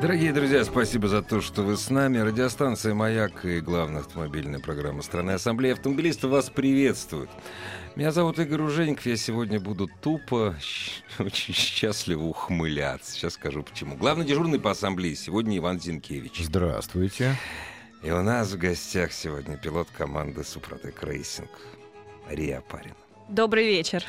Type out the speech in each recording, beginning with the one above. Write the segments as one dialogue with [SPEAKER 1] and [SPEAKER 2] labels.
[SPEAKER 1] Дорогие друзья, спасибо за то, что вы с нами. Радиостанция «Маяк» и главная автомобильная программа страны Ассамблея автомобилистов вас приветствует. Меня зовут Игорь Ужеников. Я сегодня буду тупо, щ- очень счастливо ухмыляться. Сейчас скажу почему. Главный дежурный по Ассамблее сегодня Иван Зинкевич.
[SPEAKER 2] Здравствуйте.
[SPEAKER 1] И у нас в гостях сегодня пилот команды «Супротек Рейсинг» Мария Парин.
[SPEAKER 3] Добрый вечер.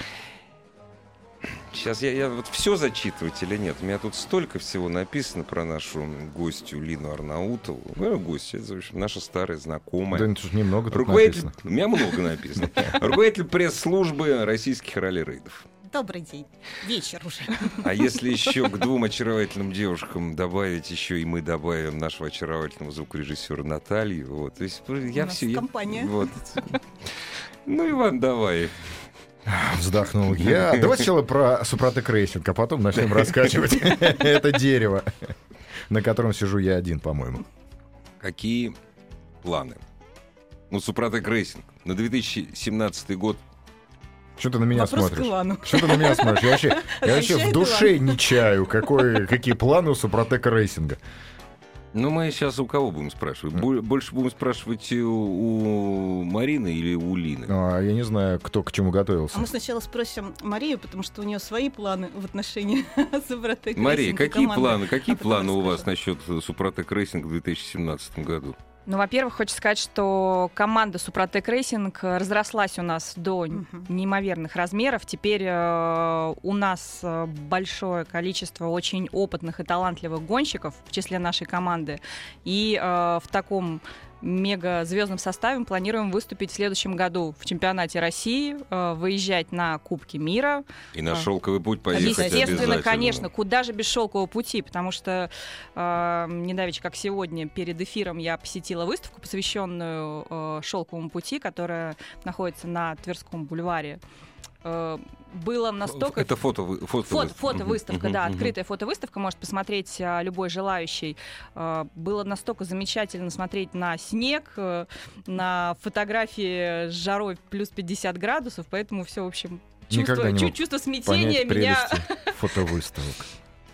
[SPEAKER 1] Сейчас я, я вот все зачитывать или нет? У меня тут столько всего написано про нашу гостью Лину Арнаутову. Ну, гостья, это, в общем, наша старая знакомая.
[SPEAKER 2] Да ну, тут немного тут
[SPEAKER 1] Руководитель...
[SPEAKER 2] написано.
[SPEAKER 1] У меня много написано. Руководитель пресс-службы российских ралли-рейдов.
[SPEAKER 4] Добрый день. Вечер уже.
[SPEAKER 1] А если еще к двум очаровательным девушкам добавить еще и мы добавим нашего очаровательного звукорежиссера Наталью, вот, то есть я
[SPEAKER 4] У нас
[SPEAKER 1] все...
[SPEAKER 4] компания.
[SPEAKER 1] вот. Ну, Иван, давай.
[SPEAKER 2] Вздохнул я. Давай сначала про Супротек Рейсинг, а потом начнем раскачивать это дерево, на котором сижу я один, по-моему.
[SPEAKER 1] Какие планы? Ну, Супротек Рейсинг на 2017 год.
[SPEAKER 2] Что ты на меня
[SPEAKER 4] Вопрос к
[SPEAKER 2] смотришь?
[SPEAKER 4] Илану.
[SPEAKER 2] Что ты на меня смотришь? Я вообще, я вообще в
[SPEAKER 4] Означает
[SPEAKER 2] душе не чаю, какой, какие планы у Супротека Рейсинга.
[SPEAKER 1] Ну, мы сейчас у кого будем спрашивать? Бо- Больше будем спрашивать э, у Марины или у Лины?
[SPEAKER 2] А, я не знаю, кто к чему готовился.
[SPEAKER 4] А мы сначала спросим Марию, потому что у нее свои планы в отношении Супротек.
[SPEAKER 1] Мария,
[SPEAKER 4] Рейсинг и
[SPEAKER 1] какие
[SPEAKER 4] команды.
[SPEAKER 1] планы? Какие
[SPEAKER 4] А потом
[SPEAKER 1] планы у вас
[SPEAKER 4] расскажем.
[SPEAKER 1] насчет э, Супротек Рейсинг в 2017 году?
[SPEAKER 3] Ну, во-первых, хочу сказать, что команда Супротек Рейсинг э, разрослась у нас до н-
[SPEAKER 4] Мгм.
[SPEAKER 3] неимоверных размеров. Теперь э, у нас э, большое количество очень опытных и талантливых гонщиков в числе нашей команды. И э, в таком мега звездном составе мы планируем выступить в следующем году в чемпионате России, э, выезжать на Кубки мира,
[SPEAKER 1] И на
[SPEAKER 3] А.
[SPEAKER 1] шелковый путь поехать
[SPEAKER 3] Естественно,
[SPEAKER 1] обязательно.
[SPEAKER 3] конечно, куда же без шелкового пути, потому что э, недавеча, как сегодня, перед эфиром я посетила выставку, посвященную э, шелковому пути, которая находится на Тверском бульваре. Э, было настолько...
[SPEAKER 1] Ну, Это фото, вы- фото,
[SPEAKER 3] Фото, фотовыставка, да,
[SPEAKER 1] открытая.
[SPEAKER 3] открытая фотовыставка, может посмотреть а, любой желающий. А, Было настолько замечательно смотреть на снег, э, на фотографии с жарой плюс 50 градусов, поэтому все, в общем,
[SPEAKER 2] Никогда
[SPEAKER 3] чувство,
[SPEAKER 2] не
[SPEAKER 3] чу-
[SPEAKER 2] мог
[SPEAKER 3] чувство смятения меня
[SPEAKER 2] Понять прелести фотовыставок.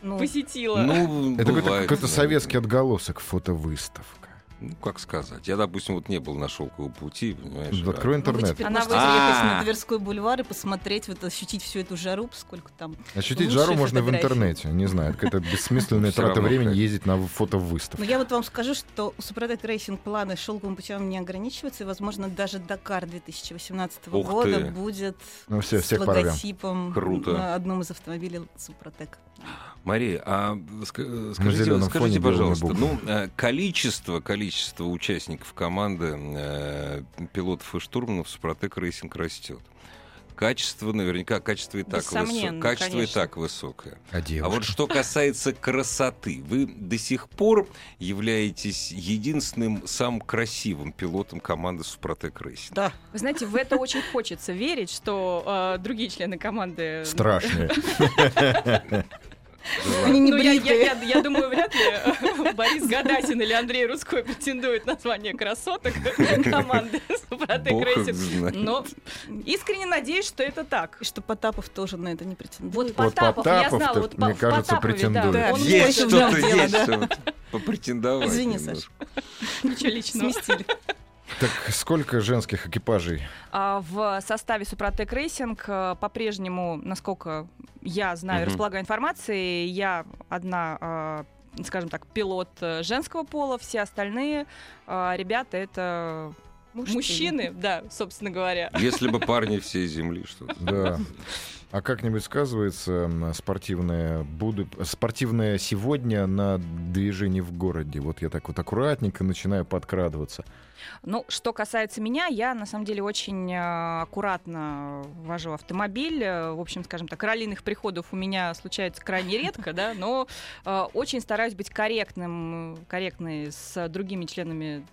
[SPEAKER 4] Ну,
[SPEAKER 3] посетило.
[SPEAKER 1] Ну,
[SPEAKER 2] Это какой-то
[SPEAKER 1] бывает,
[SPEAKER 2] какой-то
[SPEAKER 1] да.
[SPEAKER 2] советский отголосок фотовыставка.
[SPEAKER 1] Ну, как сказать. Я, допустим, вот не был на шелковом пути, понимаешь. а-
[SPEAKER 2] Открой
[SPEAKER 4] ну, вы
[SPEAKER 2] интернет.
[SPEAKER 4] теперь
[SPEAKER 3] Она
[SPEAKER 4] можете
[SPEAKER 1] выйдет.
[SPEAKER 4] ехать
[SPEAKER 1] А.
[SPEAKER 4] на Тверской бульвар и посмотреть, вот, ощутить всю эту жару, поскольку там...
[SPEAKER 2] Ощутить
[SPEAKER 4] Лучшие
[SPEAKER 2] жару можно в
[SPEAKER 4] фотографии.
[SPEAKER 2] интернете. Не знаю, это какая-то бессмысленная
[SPEAKER 1] Всё
[SPEAKER 2] трата
[SPEAKER 1] равно
[SPEAKER 2] времени
[SPEAKER 1] как.
[SPEAKER 2] ездить на
[SPEAKER 4] Но
[SPEAKER 2] фотовыставку.
[SPEAKER 4] я вот вам скажу, что у Супротек Рейсинг планы шелковым путем не ограничиваются, и, возможно, даже Дакар 2018
[SPEAKER 1] Ух
[SPEAKER 4] года
[SPEAKER 1] ты.
[SPEAKER 4] будет
[SPEAKER 2] Ну всё,
[SPEAKER 4] с
[SPEAKER 2] всех порвем.
[SPEAKER 4] логотипом
[SPEAKER 1] Круто.
[SPEAKER 4] на одном из автомобилей Супротек.
[SPEAKER 1] Мария, а ск- скажите,
[SPEAKER 2] зелёном
[SPEAKER 1] скажите,
[SPEAKER 2] фоне
[SPEAKER 1] пожалуйста,
[SPEAKER 2] белыми
[SPEAKER 1] ну, э, количество, количество участников команды э, пилотов и штурманов Супротек Рейсинг растет. Качество наверняка, качество и так, высо-
[SPEAKER 3] Несомненно,
[SPEAKER 1] качество и
[SPEAKER 3] конечно.
[SPEAKER 1] так высокое.
[SPEAKER 2] А
[SPEAKER 1] А вот что касается красоты, вы до сих пор являетесь единственным самым красивым пилотом команды Супротек Рейсинг.
[SPEAKER 4] Да,
[SPEAKER 3] Вы знаете, в это очень хочется верить, что э, другие члены команды...
[SPEAKER 2] Страшные.
[SPEAKER 4] они не
[SPEAKER 3] Ну, я, я-
[SPEAKER 4] бритые.
[SPEAKER 3] я- я думаю, вряд ли э, Борис Гадатин или Андрей Рудской претендует на звание красоток команды Супротек
[SPEAKER 1] Бог их
[SPEAKER 3] Рейсинг.
[SPEAKER 1] знает.
[SPEAKER 3] Но искренне надеюсь, что это так.
[SPEAKER 4] И что Потапов тоже на это не претендует.
[SPEAKER 3] Вот
[SPEAKER 2] Вот
[SPEAKER 3] Потапов, я
[SPEAKER 2] Потапов-то,
[SPEAKER 3] знала, вот по-
[SPEAKER 2] мне
[SPEAKER 3] в
[SPEAKER 2] кажется,
[SPEAKER 3] Потапове,
[SPEAKER 2] претендует.
[SPEAKER 3] да,
[SPEAKER 4] Да,
[SPEAKER 3] он
[SPEAKER 4] есть
[SPEAKER 3] точно
[SPEAKER 4] что-то,
[SPEAKER 3] знал дело,
[SPEAKER 4] есть
[SPEAKER 3] да.
[SPEAKER 1] что попретендовать.
[SPEAKER 4] Извини,
[SPEAKER 1] немножко.
[SPEAKER 4] Саша.
[SPEAKER 3] Ничего личного.
[SPEAKER 4] Сместили.
[SPEAKER 2] Так сколько женских экипажей?
[SPEAKER 3] А В составе Супротек Рейсинг э, по-прежнему, насколько я знаю,
[SPEAKER 1] Мгм.
[SPEAKER 3] располагаю информацией, я одна, э, скажем так, пилот э, женского пола, все остальные э, ребята это Мужчины, да, собственно говоря.
[SPEAKER 1] Если бы парни всей земли, что
[SPEAKER 2] Да. А как-нибудь сказывается м, спортивное, буду... спортивное сегодня на движении в городе? Вот я так вот аккуратненько начинаю подкрадываться.
[SPEAKER 3] Ну, что касается меня, я на самом деле очень э, аккуратно вожу автомобиль. Э, В общем, скажем так, раллиных приходов у меня случается крайне редко, да, но э, очень стараюсь быть корректным, э, корректной с другими членами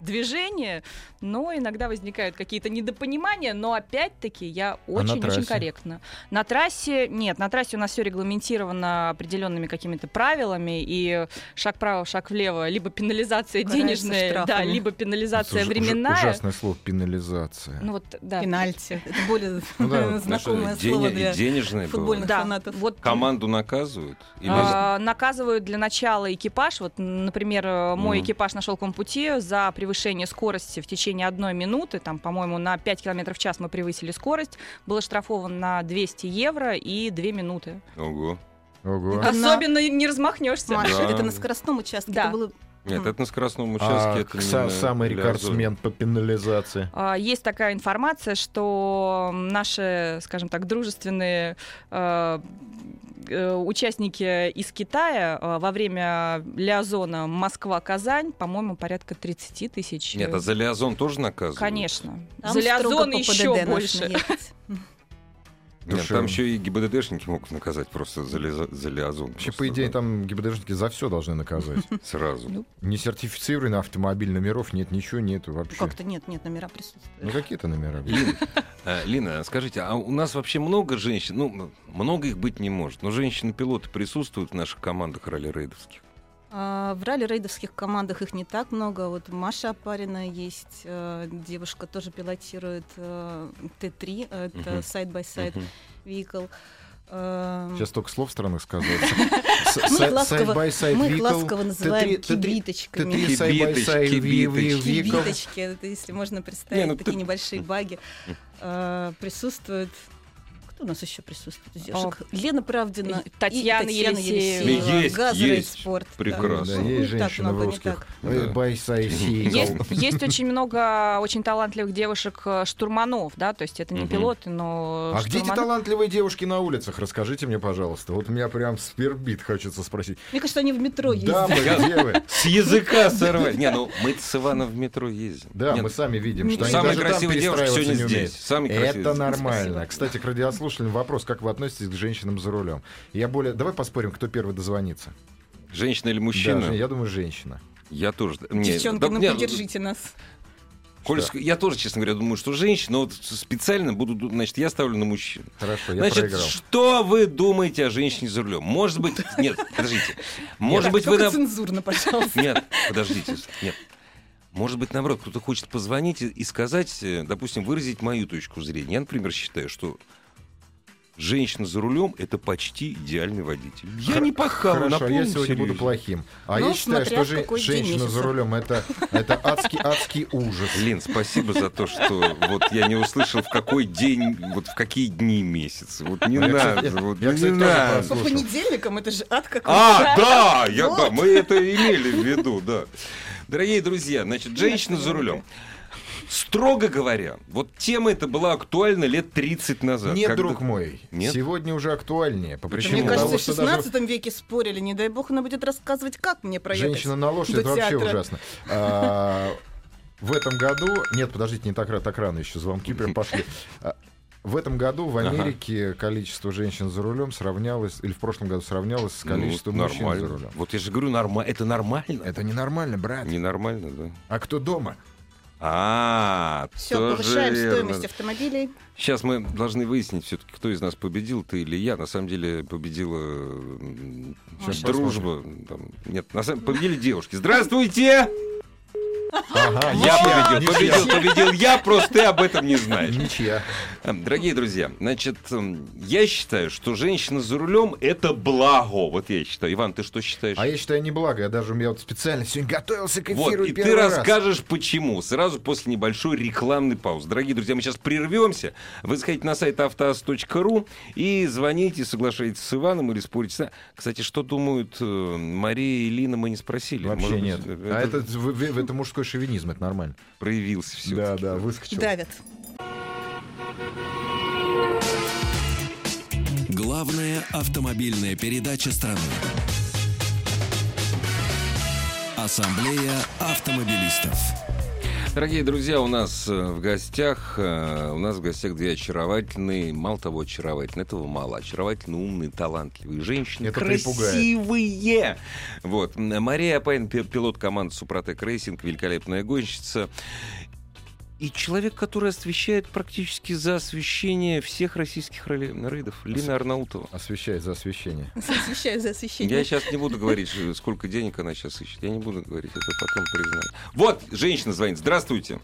[SPEAKER 3] движения, но иногда возникают какие-то недопонимания, но опять-таки я очень-очень
[SPEAKER 2] трассе?
[SPEAKER 3] корректна. На трассе нет, на трассе у нас все регламентировано определенными какими-то правилами и шаг вправо, шаг влево, либо пенализация
[SPEAKER 4] Карается
[SPEAKER 3] денежная, да,
[SPEAKER 4] штрафами.
[SPEAKER 3] либо пенализация
[SPEAKER 2] Это уж- уж-
[SPEAKER 3] временная.
[SPEAKER 2] Ужасное слово пенализация.
[SPEAKER 3] Ну вот, да.
[SPEAKER 4] Пенальти. Это более
[SPEAKER 2] Ну да, вот,
[SPEAKER 4] знакомое слово для
[SPEAKER 1] денежные
[SPEAKER 4] футбольных
[SPEAKER 3] Да,
[SPEAKER 4] фанатов.
[SPEAKER 3] вот
[SPEAKER 1] Команду наказывают? Или-
[SPEAKER 3] а, наказывают для начала экипаж. Вот, например, э, мой
[SPEAKER 1] Мгм.
[SPEAKER 3] экипаж на шелковом пути за превышение скорости в течение одной минуты, там, по-моему, на 5 км в час мы превысили скорость, было штрафован на 200 евро и 2 минуты.
[SPEAKER 1] Ого.
[SPEAKER 2] Ого.
[SPEAKER 4] Да. Она-
[SPEAKER 3] Особенно не размахнешься.
[SPEAKER 4] Маша,
[SPEAKER 1] Да.
[SPEAKER 4] это на скоростном участке.
[SPEAKER 3] Да.
[SPEAKER 4] Это было
[SPEAKER 1] Нет,
[SPEAKER 4] М.
[SPEAKER 1] это на скоростном
[SPEAKER 2] А
[SPEAKER 1] участке. это не
[SPEAKER 2] са-
[SPEAKER 1] на-
[SPEAKER 2] самый
[SPEAKER 1] для
[SPEAKER 2] рекордсмен по пенализации.
[SPEAKER 3] А, Есть такая информация, что наши, скажем так, дружественные э, э, участники из Китая э, во время Лиазона Москва-Казань, по-моему, порядка 30 тысяч.
[SPEAKER 1] Азова. Нет, а за Лиазон тоже наказывают?
[SPEAKER 3] Конечно.
[SPEAKER 4] там строго
[SPEAKER 3] За Лиазон
[SPEAKER 4] по
[SPEAKER 3] еще
[SPEAKER 4] ПДД
[SPEAKER 3] больше.
[SPEAKER 4] нужно ехать.
[SPEAKER 1] Нет,
[SPEAKER 2] Душевно.
[SPEAKER 1] там еще и ГИБДДшники могут наказать просто за, лиза- за Лиазон.
[SPEAKER 2] Вообще, по
[SPEAKER 1] просто,
[SPEAKER 2] идее,
[SPEAKER 1] да,
[SPEAKER 2] там ГИБДДшники за все должны наказывать.
[SPEAKER 1] Сразу.
[SPEAKER 3] Ну,
[SPEAKER 2] Не сертифицированный автомобиль, номеров нет, ничего нету вообще.
[SPEAKER 4] Как-то нет, нет, номера присутствуют.
[SPEAKER 2] Ну какие-то номера. блин.
[SPEAKER 1] Лин, э, Лина, скажите, а у нас вообще много женщин? Ну, м- много их быть не может, но женщины-пилоты присутствуют в наших командах ралли-рейдовских.
[SPEAKER 4] А, В ралли-рейдовских командах их не так много. Вот Маша Апарина есть, э, девушка тоже пилотирует э, Т3, это
[SPEAKER 1] Мгм.
[SPEAKER 4] сайт-бай-сайт
[SPEAKER 1] Мгм.
[SPEAKER 4] vehicle. Эм,
[SPEAKER 2] Сейчас только слов странных сказал.
[SPEAKER 4] Мы их ласково- Мы их ласково называем кибиточками.
[SPEAKER 2] Т3 сайт-бай-сайт
[SPEAKER 1] Кибиточки,
[SPEAKER 2] vehicle.
[SPEAKER 4] Кибиточки, это если можно
[SPEAKER 1] Не,
[SPEAKER 4] представить,
[SPEAKER 1] ну
[SPEAKER 4] такие
[SPEAKER 1] ты-
[SPEAKER 4] небольшие баги. Э, Присутствует... Кто у нас еще присутствует? из девушек? Лена Правдина.
[SPEAKER 3] И
[SPEAKER 4] и
[SPEAKER 3] Татьяна Елисеева.
[SPEAKER 1] Есть,
[SPEAKER 4] Газ,
[SPEAKER 1] есть.
[SPEAKER 4] спорт. да.
[SPEAKER 1] Прекрасно.
[SPEAKER 2] Да,
[SPEAKER 1] Ну,
[SPEAKER 2] есть
[SPEAKER 4] не так
[SPEAKER 2] женщины в
[SPEAKER 4] много, не
[SPEAKER 2] русских.
[SPEAKER 4] так.
[SPEAKER 1] Да.
[SPEAKER 2] Бай-сайт
[SPEAKER 3] Есть,
[SPEAKER 2] vehicle.
[SPEAKER 3] есть очень много очень талантливых девушек э, штурманов, да, то есть это не
[SPEAKER 1] Мгм.
[SPEAKER 3] пилоты, но
[SPEAKER 2] А где эти
[SPEAKER 3] штурманы.
[SPEAKER 2] талантливые девушки на улицах? Расскажите мне, пожалуйста. Вот меня прям свербит, хочется спросить.
[SPEAKER 4] Мне кажется, они в метро ездят.
[SPEAKER 2] Дамы, где вы?
[SPEAKER 1] С языка сорвать. Не, ну мы с Ивана в метро ездим.
[SPEAKER 2] Да,
[SPEAKER 1] Нет,
[SPEAKER 2] мы сами видим, что они
[SPEAKER 1] Самые
[SPEAKER 2] даже там
[SPEAKER 1] красивые девушки
[SPEAKER 2] перестраиваться
[SPEAKER 1] сегодня
[SPEAKER 2] не умеют.
[SPEAKER 1] здесь. Самые красивые.
[SPEAKER 2] Это нормально.
[SPEAKER 4] Спасибо.
[SPEAKER 2] Кстати, к радиослушателям вопрос, как вы относитесь к женщинам за рулем? Я более... Давай поспорим, кто первый дозвонится.
[SPEAKER 1] Женщина или мужчина?
[SPEAKER 2] Да,
[SPEAKER 1] я...
[SPEAKER 2] я думаю, женщина.
[SPEAKER 1] тоже. Не,
[SPEAKER 4] Девчонки,
[SPEAKER 1] да,
[SPEAKER 4] ну
[SPEAKER 1] не,
[SPEAKER 4] поддержите нас.
[SPEAKER 1] Коль
[SPEAKER 2] Что?
[SPEAKER 1] ск- я тоже, честно говоря, думаю, что женщина, вот специально буду, значит, я ставлю на мужчин.
[SPEAKER 2] Хорошо, я
[SPEAKER 1] Значит,
[SPEAKER 2] проиграл.
[SPEAKER 1] что вы думаете о женщине за рулем? Может быть, нет, подождите. Может быть, вы
[SPEAKER 4] Только
[SPEAKER 1] на...
[SPEAKER 4] цензурно, пожалуйста.
[SPEAKER 1] Нет, подождите, нет. Может быть, наоборот, кто-то хочет позвонить и- и сказать, э, допустим, выразить мою точку зрения. Я, например, считаю, что женщина за рулем это почти идеальный водитель. Я
[SPEAKER 2] Хор-
[SPEAKER 1] не пахал,
[SPEAKER 2] Хорошо, а
[SPEAKER 1] напомню,
[SPEAKER 2] я сегодня
[SPEAKER 1] серьезно.
[SPEAKER 2] буду плохим. А
[SPEAKER 4] Ну,
[SPEAKER 2] я считаю,
[SPEAKER 4] смотря в
[SPEAKER 2] что же-
[SPEAKER 4] какой день
[SPEAKER 2] женщина за
[SPEAKER 4] месяца.
[SPEAKER 2] рулем это, это адский, адский ужас.
[SPEAKER 1] Лин, спасибо за то, что вот я не услышал, в какой день, вот в какие дни месяца. Вот не
[SPEAKER 2] Ну, я,
[SPEAKER 1] надо,
[SPEAKER 2] кстати,
[SPEAKER 1] вот
[SPEAKER 2] я,
[SPEAKER 1] не
[SPEAKER 2] кстати, тоже
[SPEAKER 1] надо.
[SPEAKER 4] По
[SPEAKER 2] А, Слушай.
[SPEAKER 4] понедельникам это же ад какой
[SPEAKER 1] А, да, я,
[SPEAKER 4] Вот.
[SPEAKER 1] да, мы это имели в виду, да. Дорогие друзья, значит, женщина за рулем. Строго говоря, вот тема эта была актуальна лет 30 назад.
[SPEAKER 2] Нет,
[SPEAKER 1] когда-
[SPEAKER 2] друг мой,
[SPEAKER 1] Нет? Ну,
[SPEAKER 2] сегодня уже актуальнее. По
[SPEAKER 1] Почему?
[SPEAKER 2] причине
[SPEAKER 4] Мне кажется,
[SPEAKER 2] того,
[SPEAKER 4] в
[SPEAKER 2] что даже
[SPEAKER 4] 16 веке спорили, не дай бог она будет рассказывать, как мне проехать.
[SPEAKER 2] женщина на лошади,
[SPEAKER 4] до
[SPEAKER 2] это вообще
[SPEAKER 4] театра.
[SPEAKER 2] ужасно. А, В этом году... Нет, подождите, не так, ра- так рано еще, звонки прям пошли. А, В этом году в
[SPEAKER 1] Ага.
[SPEAKER 2] Америке количество женщин за рулем сравнялось, или в прошлом году сравнялось с
[SPEAKER 1] Ну,
[SPEAKER 2] количеством мужчин
[SPEAKER 1] нормально.
[SPEAKER 2] за рулем.
[SPEAKER 1] Вот я же говорю, норма... это нормально.
[SPEAKER 2] Это ненормально, брат.
[SPEAKER 1] Ненормально, да.
[SPEAKER 2] А кто дома?
[SPEAKER 1] А,
[SPEAKER 4] Все,
[SPEAKER 1] тоже
[SPEAKER 4] повышаем
[SPEAKER 1] верно.
[SPEAKER 4] стоимость автомобилей.
[SPEAKER 1] Сейчас мы должны выяснить все-таки, кто из нас победил, ты или я. На самом деле победила м,
[SPEAKER 2] Сейчас
[SPEAKER 1] дружба. Там, нет, на самом победили девушки. Здравствуйте!
[SPEAKER 2] Ага,
[SPEAKER 1] Я победил,
[SPEAKER 2] ничья.
[SPEAKER 1] победил, победил я, просто ты об этом не знаешь.
[SPEAKER 2] Ничья.
[SPEAKER 1] Эм, Дорогие друзья, значит, эм, я считаю, что женщина за рулем это благо. Вот я считаю. Иван, ты что считаешь?
[SPEAKER 2] А я считаю, неблаго. Я даже у меня вот специально сегодня готовился к
[SPEAKER 1] Вот,
[SPEAKER 2] эфиру
[SPEAKER 1] и ты
[SPEAKER 2] первый раз.
[SPEAKER 1] расскажешь, почему. Сразу после небольшой рекламной паузы. Дорогие друзья, мы сейчас прервемся. Вы заходите на сайт автоаз.ру и звоните, соглашаетесь с Иваном или спорите. с на- Кстати, что думают э, Мария и Лина, мы не спросили.
[SPEAKER 2] Вообще
[SPEAKER 1] Может быть,
[SPEAKER 2] нет.
[SPEAKER 1] э,
[SPEAKER 2] А
[SPEAKER 1] это-
[SPEAKER 2] это, в- в- это мужской шовинизм, это нормально.
[SPEAKER 1] Проявился все.
[SPEAKER 2] Да, да, выскочил.
[SPEAKER 4] Давят.
[SPEAKER 5] Главная автомобильная передача страны. Ассамблея автомобилистов.
[SPEAKER 1] Дорогие друзья, у нас э, в гостях э, у нас в гостях две очаровательные, мало того очаровательные, этого мало, очаровательные, умные, талантливые женщины,
[SPEAKER 2] Это
[SPEAKER 1] красивые. Вот М, Мария Апайн, пи- пилот команды Супротек Рейсинг, великолепная гонщица. И человек, который освещает практически за освещение всех российских ралли- рейдов, Лина Арнаутова.
[SPEAKER 2] Освещает за освещение.
[SPEAKER 4] Освещаю за освещение.
[SPEAKER 1] Я сейчас не буду говорить, э, сколько денег она сейчас ищет. Я не буду говорить, это потом признаю. Вот, женщина звонит. Здравствуйте.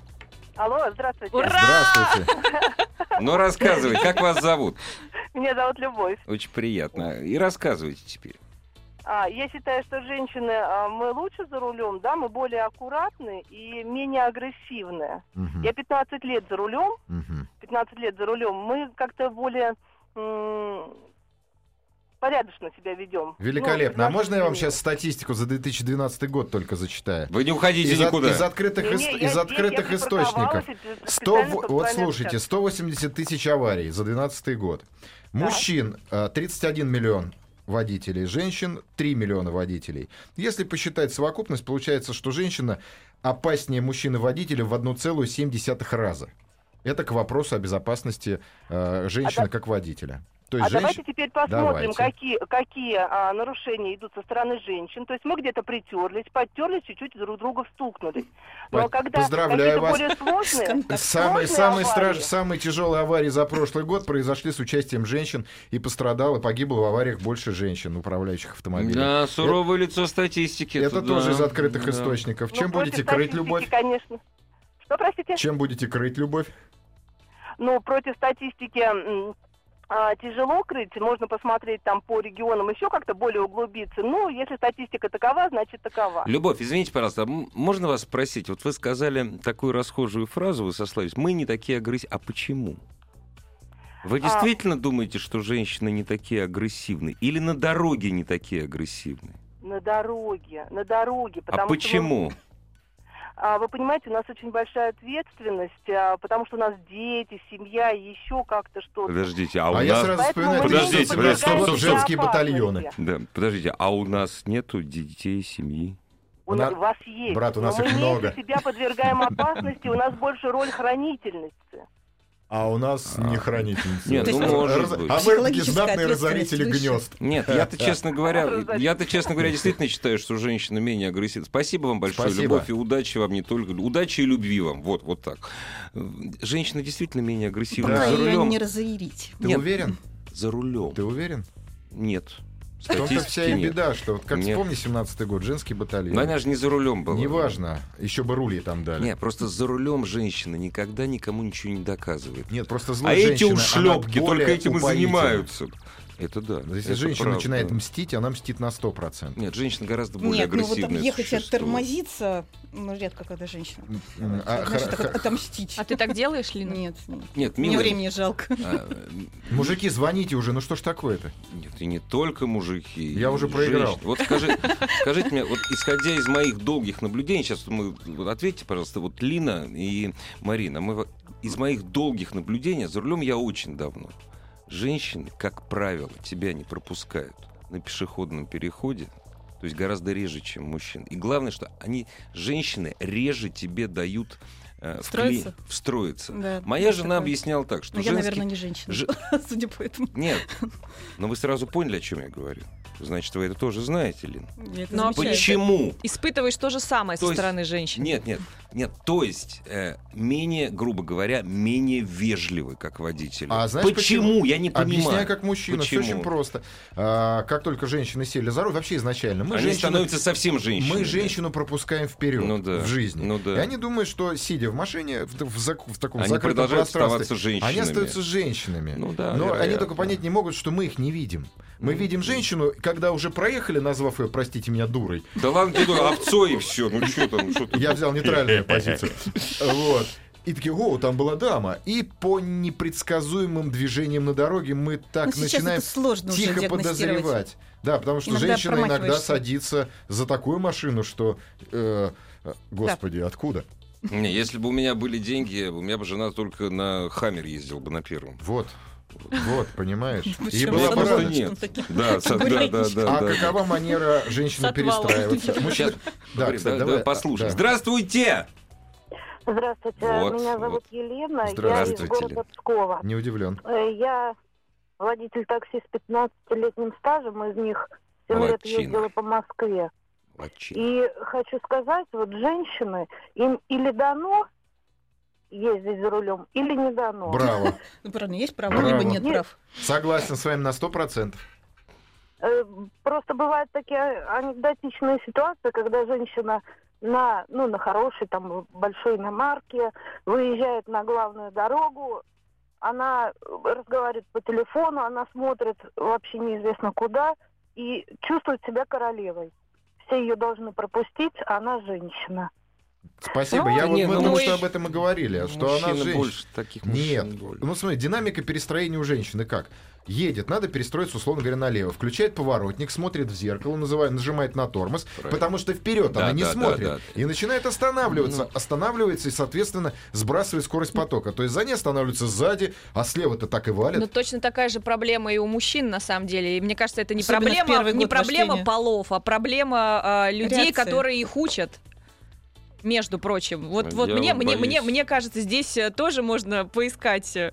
[SPEAKER 6] Алло, здравствуйте.
[SPEAKER 2] Здравствуйте.
[SPEAKER 1] Ну, рассказывай, как вас зовут?
[SPEAKER 6] Меня зовут Любовь.
[SPEAKER 1] Очень приятно. И рассказывайте теперь.
[SPEAKER 6] А, я считаю, что женщины, а, мы лучше за рулем, да, мы более аккуратны и менее агрессивны.
[SPEAKER 2] Мгм,
[SPEAKER 6] Я 15 лет за рулем,
[SPEAKER 2] мгм.
[SPEAKER 6] 15 лет за рулем, мы как-то более м, порядочно себя ведем.
[SPEAKER 2] Великолепно. А
[SPEAKER 6] Ну,
[SPEAKER 2] можно я вам
[SPEAKER 6] 15
[SPEAKER 2] сейчас статистику за 2012 год только зачитаю?
[SPEAKER 1] Вы не уходите
[SPEAKER 2] Из, от-
[SPEAKER 1] никуда.
[SPEAKER 2] из открытых,
[SPEAKER 6] лет?
[SPEAKER 2] ис-
[SPEAKER 6] Не-не, я
[SPEAKER 2] из
[SPEAKER 6] здесь,
[SPEAKER 2] открытых
[SPEAKER 6] я
[SPEAKER 2] источников.
[SPEAKER 6] припарковалась и специально,
[SPEAKER 2] 100,
[SPEAKER 6] чтобы с
[SPEAKER 2] вот
[SPEAKER 6] вами
[SPEAKER 2] слушайте,
[SPEAKER 6] общаться.
[SPEAKER 2] 180 тысяч аварий за 2012 год. Мужчин э, 31 миллион водителей, женщин 3 миллиона водителей. Если посчитать совокупность, получается, что женщина опаснее мужчины-водителя в 1,7 раза. Это к вопросу о безопасности э, женщины
[SPEAKER 6] А да-
[SPEAKER 2] как водителя. То
[SPEAKER 6] А
[SPEAKER 2] есть
[SPEAKER 6] давайте
[SPEAKER 2] женщина...
[SPEAKER 6] теперь посмотрим,
[SPEAKER 2] Давайте.
[SPEAKER 6] какие, какие а, нарушения идут со стороны женщин. То есть мы где-то притерлись, подтерлись, чуть-чуть друг друга стукнулись. Но
[SPEAKER 2] Пон-
[SPEAKER 6] когда
[SPEAKER 2] поздравляю
[SPEAKER 6] какие-то
[SPEAKER 2] вас.
[SPEAKER 6] более сложные,
[SPEAKER 4] Сконтакт.
[SPEAKER 2] Самые,
[SPEAKER 6] Сложные
[SPEAKER 2] самые,
[SPEAKER 6] аварии.
[SPEAKER 2] страж- самые тяжелые аварии за прошлый год произошли с участием женщин и пострадало, погибло в авариях больше женщин, управляющих автомобилем.
[SPEAKER 1] Да, суровое лицо статистики.
[SPEAKER 2] Это
[SPEAKER 1] да.
[SPEAKER 2] тоже из открытых
[SPEAKER 1] Да.
[SPEAKER 2] источников.
[SPEAKER 6] ну,
[SPEAKER 2] Чем
[SPEAKER 6] против
[SPEAKER 2] будете крыть
[SPEAKER 6] статистики,
[SPEAKER 2] любовь?
[SPEAKER 6] Конечно. Что, простите?
[SPEAKER 2] Чем будете крыть любовь?
[SPEAKER 6] Ну, против статистики м, а, тяжело крыть, можно посмотреть там по регионам еще как-то более углубиться. Ну, если статистика такова, значит такова.
[SPEAKER 1] Любовь, извините, пожалуйста, а м- можно вас спросить? Вот вы сказали такую расхожую фразу, вы сослались. Мы не такие агрессивные. А почему? Вы действительно думаете, что женщины не такие агрессивные? Или на дороге не такие агрессивные?
[SPEAKER 6] На дороге, на дороге.
[SPEAKER 1] а
[SPEAKER 6] потому что мы-
[SPEAKER 1] почему?
[SPEAKER 6] А, Вы понимаете, у нас очень большая ответственность, а, потому что у нас дети, семья, и еще как-то что-то.
[SPEAKER 1] Подождите, а,
[SPEAKER 2] А,
[SPEAKER 1] у
[SPEAKER 2] я
[SPEAKER 1] нас...
[SPEAKER 2] сразу
[SPEAKER 6] Поэтому
[SPEAKER 2] вспоминаю
[SPEAKER 6] мы
[SPEAKER 1] Подождите,
[SPEAKER 2] что
[SPEAKER 1] подождите,
[SPEAKER 2] что вот
[SPEAKER 1] стоп, стоп, стоп.
[SPEAKER 2] женские батальоны.
[SPEAKER 1] Да, подождите, а у нас нету детей, семьи?
[SPEAKER 6] У нас-
[SPEAKER 2] Бра-
[SPEAKER 6] вас есть.
[SPEAKER 2] брат, у нас
[SPEAKER 6] но
[SPEAKER 2] их
[SPEAKER 6] мы
[SPEAKER 2] много.
[SPEAKER 6] меньше себя подвергаем опасности, у нас больше роль хранительности.
[SPEAKER 2] А у нас
[SPEAKER 1] А.
[SPEAKER 2] не хранительницы.
[SPEAKER 1] Нет,
[SPEAKER 4] ну,
[SPEAKER 1] может быть.
[SPEAKER 2] А мы такие
[SPEAKER 4] Психологическая
[SPEAKER 2] знатные
[SPEAKER 4] ответственность
[SPEAKER 2] разорители
[SPEAKER 4] выше.
[SPEAKER 2] гнезд.
[SPEAKER 1] Нет, я-то, честно говоря,
[SPEAKER 6] Раздать.
[SPEAKER 1] я-то, честно говоря, действительно считаю, что женщины менее агрессивны. Спасибо вам большое,
[SPEAKER 2] Спасибо.
[SPEAKER 1] любовь и удачи вам не только. Удачи и любви вам. Вот, вот так. Женщины действительно менее агрессивны.
[SPEAKER 4] Пока
[SPEAKER 1] За
[SPEAKER 4] ее
[SPEAKER 1] рулем.
[SPEAKER 4] не разъярить.
[SPEAKER 2] Ты
[SPEAKER 1] Нет.
[SPEAKER 2] уверен?
[SPEAKER 1] За рулем.
[SPEAKER 2] Ты уверен?
[SPEAKER 1] Нет.
[SPEAKER 2] В том-то вся и
[SPEAKER 1] нет.
[SPEAKER 2] беда, что вот как
[SPEAKER 1] Нет.
[SPEAKER 2] вспомни 17-й год, женский
[SPEAKER 1] Но
[SPEAKER 2] батальон.
[SPEAKER 1] она же не за рулем была.
[SPEAKER 2] Неважно, еще бы руль ей там дали.
[SPEAKER 1] Нет, просто за рулем женщина никогда никому ничего не доказывает.
[SPEAKER 2] Нет, просто
[SPEAKER 1] А
[SPEAKER 2] злой
[SPEAKER 1] эти
[SPEAKER 2] женщина, она
[SPEAKER 1] ушлепки только
[SPEAKER 2] более
[SPEAKER 1] этим и
[SPEAKER 2] упоительна.
[SPEAKER 1] занимаются. Это да.
[SPEAKER 2] Если
[SPEAKER 1] это
[SPEAKER 2] женщина
[SPEAKER 1] правда.
[SPEAKER 2] начинает мстить, она мстит на 100%.
[SPEAKER 1] Нет, женщина гораздо более
[SPEAKER 4] Нет, ну вот
[SPEAKER 1] агрессивная.
[SPEAKER 4] там ехать и
[SPEAKER 1] существо.
[SPEAKER 4] оттормозиться, ну редко когда женщина.
[SPEAKER 2] М, м,
[SPEAKER 4] Значит,
[SPEAKER 2] а хра-
[SPEAKER 4] так
[SPEAKER 2] хра-
[SPEAKER 4] отомстить.
[SPEAKER 3] А ты так делаешь, Лина?
[SPEAKER 4] Нет, нет.
[SPEAKER 1] Нет,
[SPEAKER 4] Мне
[SPEAKER 1] милая,
[SPEAKER 4] времени жалко.
[SPEAKER 1] а,
[SPEAKER 2] Мужики, звоните уже, ну что ж такое-то?
[SPEAKER 1] Нет, и не только мужики.
[SPEAKER 2] Я
[SPEAKER 1] и
[SPEAKER 2] уже проиграл.
[SPEAKER 1] Вот скажи, скажите мне, вот исходя из моих долгих наблюдений, сейчас мы вот ответьте, пожалуйста, вот Лина и Марина, мы во- из моих долгих наблюдений за рулем я очень давно. Женщины, как правило, тебя не пропускают на пешеходном переходе, то есть гораздо реже, чем мужчин. И главное, что они женщины реже тебе дают э, в клин-
[SPEAKER 4] Встроиться?
[SPEAKER 1] встроиться.
[SPEAKER 4] Да,
[SPEAKER 1] Моя
[SPEAKER 4] есть
[SPEAKER 1] жена
[SPEAKER 4] такое.
[SPEAKER 1] объясняла так, что
[SPEAKER 4] Но я,
[SPEAKER 1] женский-
[SPEAKER 4] наверное, не женщина,
[SPEAKER 1] Ж-
[SPEAKER 4] судя по этому.
[SPEAKER 1] нет. Но вы сразу поняли, о чем я говорю. Значит, вы это тоже знаете, Лин.
[SPEAKER 4] Я это
[SPEAKER 3] Ну, а
[SPEAKER 4] замечаю.
[SPEAKER 1] Почему?
[SPEAKER 3] Испытываешь то же самое
[SPEAKER 1] То
[SPEAKER 3] со
[SPEAKER 1] есть-
[SPEAKER 3] стороны женщин.
[SPEAKER 1] Нет, нет, нет. То есть, э, менее, грубо говоря, менее вежливы, как водители.
[SPEAKER 2] А знаешь,
[SPEAKER 1] Я не понимаю.
[SPEAKER 2] Объясняю, как мужчина, всё
[SPEAKER 1] Почему?
[SPEAKER 2] очень просто. А, как только женщины сели за руль, вообще изначально мы
[SPEAKER 1] Они
[SPEAKER 2] женщины-
[SPEAKER 1] становятся совсем женщинами.
[SPEAKER 2] мы женщину пропускаем вперед
[SPEAKER 1] Ну да,
[SPEAKER 2] в жизни.
[SPEAKER 1] ну да.
[SPEAKER 2] И они думают, что сидя в машине в, в зак- в таком
[SPEAKER 1] Они
[SPEAKER 2] закрытом
[SPEAKER 1] продолжают
[SPEAKER 2] пространстве,
[SPEAKER 1] оставаться женщинами.
[SPEAKER 2] они остаются женщинами.
[SPEAKER 1] Ну да,
[SPEAKER 2] Но они
[SPEAKER 1] вероятно.
[SPEAKER 2] только понять не могут, что мы их не видим. Мы
[SPEAKER 1] Ну,
[SPEAKER 2] видим
[SPEAKER 1] да.
[SPEAKER 2] женщину, когда уже проехали, назвав ее, простите меня, дурой.
[SPEAKER 1] Да ладно, ты думаешь, овцо и все. Ну что там, что ты?
[SPEAKER 2] Я взял нейтральную позицию. Вот. И такие, о, там была дама. И по непредсказуемым движениям на дороге мы
[SPEAKER 4] Ну,
[SPEAKER 2] так
[SPEAKER 4] сейчас
[SPEAKER 2] начинаем
[SPEAKER 4] это сложно уже
[SPEAKER 2] тихо
[SPEAKER 4] диагностировать.
[SPEAKER 2] подозревать. Да, потому что
[SPEAKER 4] Иногда
[SPEAKER 2] женщина иногда
[SPEAKER 4] промахиваешься.
[SPEAKER 2] садится за такую машину, что э, Э, Господи, откуда?
[SPEAKER 1] Не, если бы у меня были деньги, у меня бы жена только на Хаммер ездила бы на первом.
[SPEAKER 2] Вот. Вот, понимаешь? И
[SPEAKER 4] Почему
[SPEAKER 1] У
[SPEAKER 4] с
[SPEAKER 2] была
[SPEAKER 1] меня
[SPEAKER 2] бы
[SPEAKER 1] просто
[SPEAKER 4] одного
[SPEAKER 2] радость.
[SPEAKER 1] нет. Да, со- да, да, да.
[SPEAKER 2] А
[SPEAKER 1] да.
[SPEAKER 2] какова манера женщины
[SPEAKER 4] С отвалом.
[SPEAKER 2] перестраиваться? Мужчина-
[SPEAKER 1] Сейчас,
[SPEAKER 2] Да,
[SPEAKER 1] Говори,
[SPEAKER 2] кстати,
[SPEAKER 1] да,
[SPEAKER 2] давай, а,
[SPEAKER 1] давай послушаем.
[SPEAKER 2] да.
[SPEAKER 1] Здравствуйте!
[SPEAKER 7] Здравствуйте,
[SPEAKER 1] Вот,
[SPEAKER 7] меня
[SPEAKER 1] вот.
[SPEAKER 7] зовут Елена,
[SPEAKER 2] Здравствуйте,
[SPEAKER 7] я из города
[SPEAKER 1] Елена.
[SPEAKER 7] Пскова.
[SPEAKER 2] Не удивлен.
[SPEAKER 7] Э, Я водитель такси с 15-летним стажем, из них 7 лет
[SPEAKER 1] Молодчина.
[SPEAKER 7] ездила по Москве.
[SPEAKER 1] Молодчина.
[SPEAKER 7] И хочу сказать, вот женщины, им или дано ездить за рулем, или не дано.
[SPEAKER 2] Браво.
[SPEAKER 4] Ну, правильно, есть права,
[SPEAKER 2] Браво.
[SPEAKER 4] либо нет
[SPEAKER 7] Нет.
[SPEAKER 4] прав.
[SPEAKER 2] Согласен с вами на 100%.
[SPEAKER 7] Э, Просто бывают такие анекдотичные ситуации, когда женщина на, ну, на хорошей, там, большой иномарке выезжает на главную дорогу, она э, разговаривает по телефону, она смотрит вообще неизвестно куда и чувствует себя королевой. Все ее должны пропустить, а она женщина.
[SPEAKER 2] Спасибо. Я вот
[SPEAKER 1] не, ну,
[SPEAKER 2] потому
[SPEAKER 1] мужч-
[SPEAKER 2] что об этом и говорили, что она
[SPEAKER 1] Мужчины
[SPEAKER 2] женщина.
[SPEAKER 1] больше таких
[SPEAKER 2] Нет.
[SPEAKER 1] мужчин больше.
[SPEAKER 2] Ну, смотри, динамика перестроения у женщины как? Едет, надо перестроиться, условно говоря, налево. Включает поворотник, смотрит в зеркало, называет, нажимает на тормоз,
[SPEAKER 1] Правильно.
[SPEAKER 2] потому что вперед
[SPEAKER 1] Да,
[SPEAKER 2] она не
[SPEAKER 1] да, да,
[SPEAKER 2] смотрит.
[SPEAKER 1] да. Ну.
[SPEAKER 2] И начинает останавливаться. Останавливается и, соответственно, сбрасывает скорость потока. То есть за ней останавливаются сзади, а слева-то так и
[SPEAKER 3] Но
[SPEAKER 2] валят.
[SPEAKER 3] Ну, точно такая же проблема и у мужчин, на самом деле. И мне кажется, это не
[SPEAKER 4] Особенно в
[SPEAKER 3] проблема,
[SPEAKER 4] первый
[SPEAKER 3] не
[SPEAKER 4] год
[SPEAKER 3] проблема
[SPEAKER 4] вождения.
[SPEAKER 3] полов, а проблема а, людей,
[SPEAKER 4] Реакции.
[SPEAKER 3] которые их учат. Между прочим, вот,
[SPEAKER 1] А
[SPEAKER 3] вот
[SPEAKER 1] я
[SPEAKER 3] мне,
[SPEAKER 1] вот
[SPEAKER 3] мне, мне,
[SPEAKER 1] боюсь.
[SPEAKER 3] мне кажется, здесь э, тоже можно поискать, э,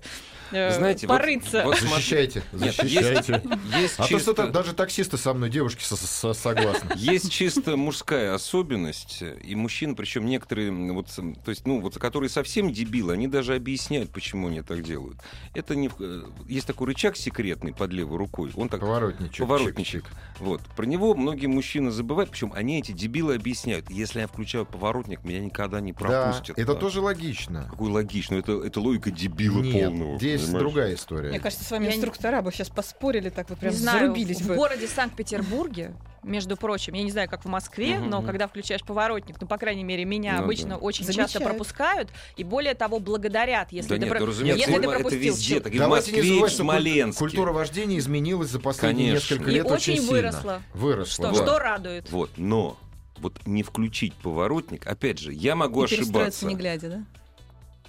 [SPEAKER 3] э,
[SPEAKER 1] Знаете, вот-
[SPEAKER 3] порыться.
[SPEAKER 1] вот смотри-
[SPEAKER 2] Защищайте,
[SPEAKER 1] Нет,
[SPEAKER 2] защищайте.
[SPEAKER 1] Есть
[SPEAKER 2] А то
[SPEAKER 1] чисто-
[SPEAKER 2] что то даже таксисты со мной, девушки со- со- согласны.
[SPEAKER 1] Есть чисто мужская особенность, и мужчин, причем некоторые, м, вот, сам- то есть, ну, вот, которые совсем дебилы, они даже объясняют, почему они так делают. Это не... в- э, Есть такой рычаг секретный под левой рукой, он так...
[SPEAKER 2] Поворотничек.
[SPEAKER 1] Поворотничек. Вот. Про него многие мужчины забывают, причем они эти дебилы объясняют. Если я включаю поворотник, меня никогда не
[SPEAKER 2] Да,
[SPEAKER 1] пропустят.
[SPEAKER 2] это
[SPEAKER 1] Да.
[SPEAKER 2] тоже логично.
[SPEAKER 1] Какой логично, это, это логика дебила полного.
[SPEAKER 2] Нет, здесь
[SPEAKER 1] понимаешь?
[SPEAKER 2] другая
[SPEAKER 4] Мне
[SPEAKER 2] история.
[SPEAKER 4] кажется, с вами
[SPEAKER 3] Я не-
[SPEAKER 4] инструктора бы сейчас поспорили, так вот прям
[SPEAKER 3] не знаю,
[SPEAKER 4] зарубились
[SPEAKER 3] в
[SPEAKER 4] бы.
[SPEAKER 3] городе Санкт-Петербурге, между прочим, я не знаю, как в Москве,
[SPEAKER 1] Мгм,
[SPEAKER 3] но
[SPEAKER 1] мгм.
[SPEAKER 3] когда включаешь поворотник, ну, по крайней мере, меня
[SPEAKER 1] Ну
[SPEAKER 3] обычно
[SPEAKER 1] да.
[SPEAKER 3] очень часто
[SPEAKER 4] Замечают.
[SPEAKER 3] пропускают, и более того, благодарят, если
[SPEAKER 1] да
[SPEAKER 3] ты
[SPEAKER 1] нет,
[SPEAKER 3] про-
[SPEAKER 1] ну, разумеется,
[SPEAKER 3] если ты
[SPEAKER 1] это
[SPEAKER 3] пропустил.
[SPEAKER 1] везде,
[SPEAKER 3] чё-
[SPEAKER 1] так и в
[SPEAKER 2] Давайте не
[SPEAKER 1] Москве, и в
[SPEAKER 2] забывать, что куль-
[SPEAKER 1] Смоленске.
[SPEAKER 2] культура вождения изменилась за последние
[SPEAKER 1] Конечно.
[SPEAKER 2] несколько
[SPEAKER 3] И
[SPEAKER 2] лет очень,
[SPEAKER 3] очень
[SPEAKER 2] сильно.
[SPEAKER 3] выросла.
[SPEAKER 2] Выросла.
[SPEAKER 3] Что,
[SPEAKER 2] да.
[SPEAKER 3] что радует?
[SPEAKER 1] Вот, но вот не включить поворотник, опять же, я могу
[SPEAKER 4] И перестроиться
[SPEAKER 1] ошибаться.
[SPEAKER 4] не глядя, да?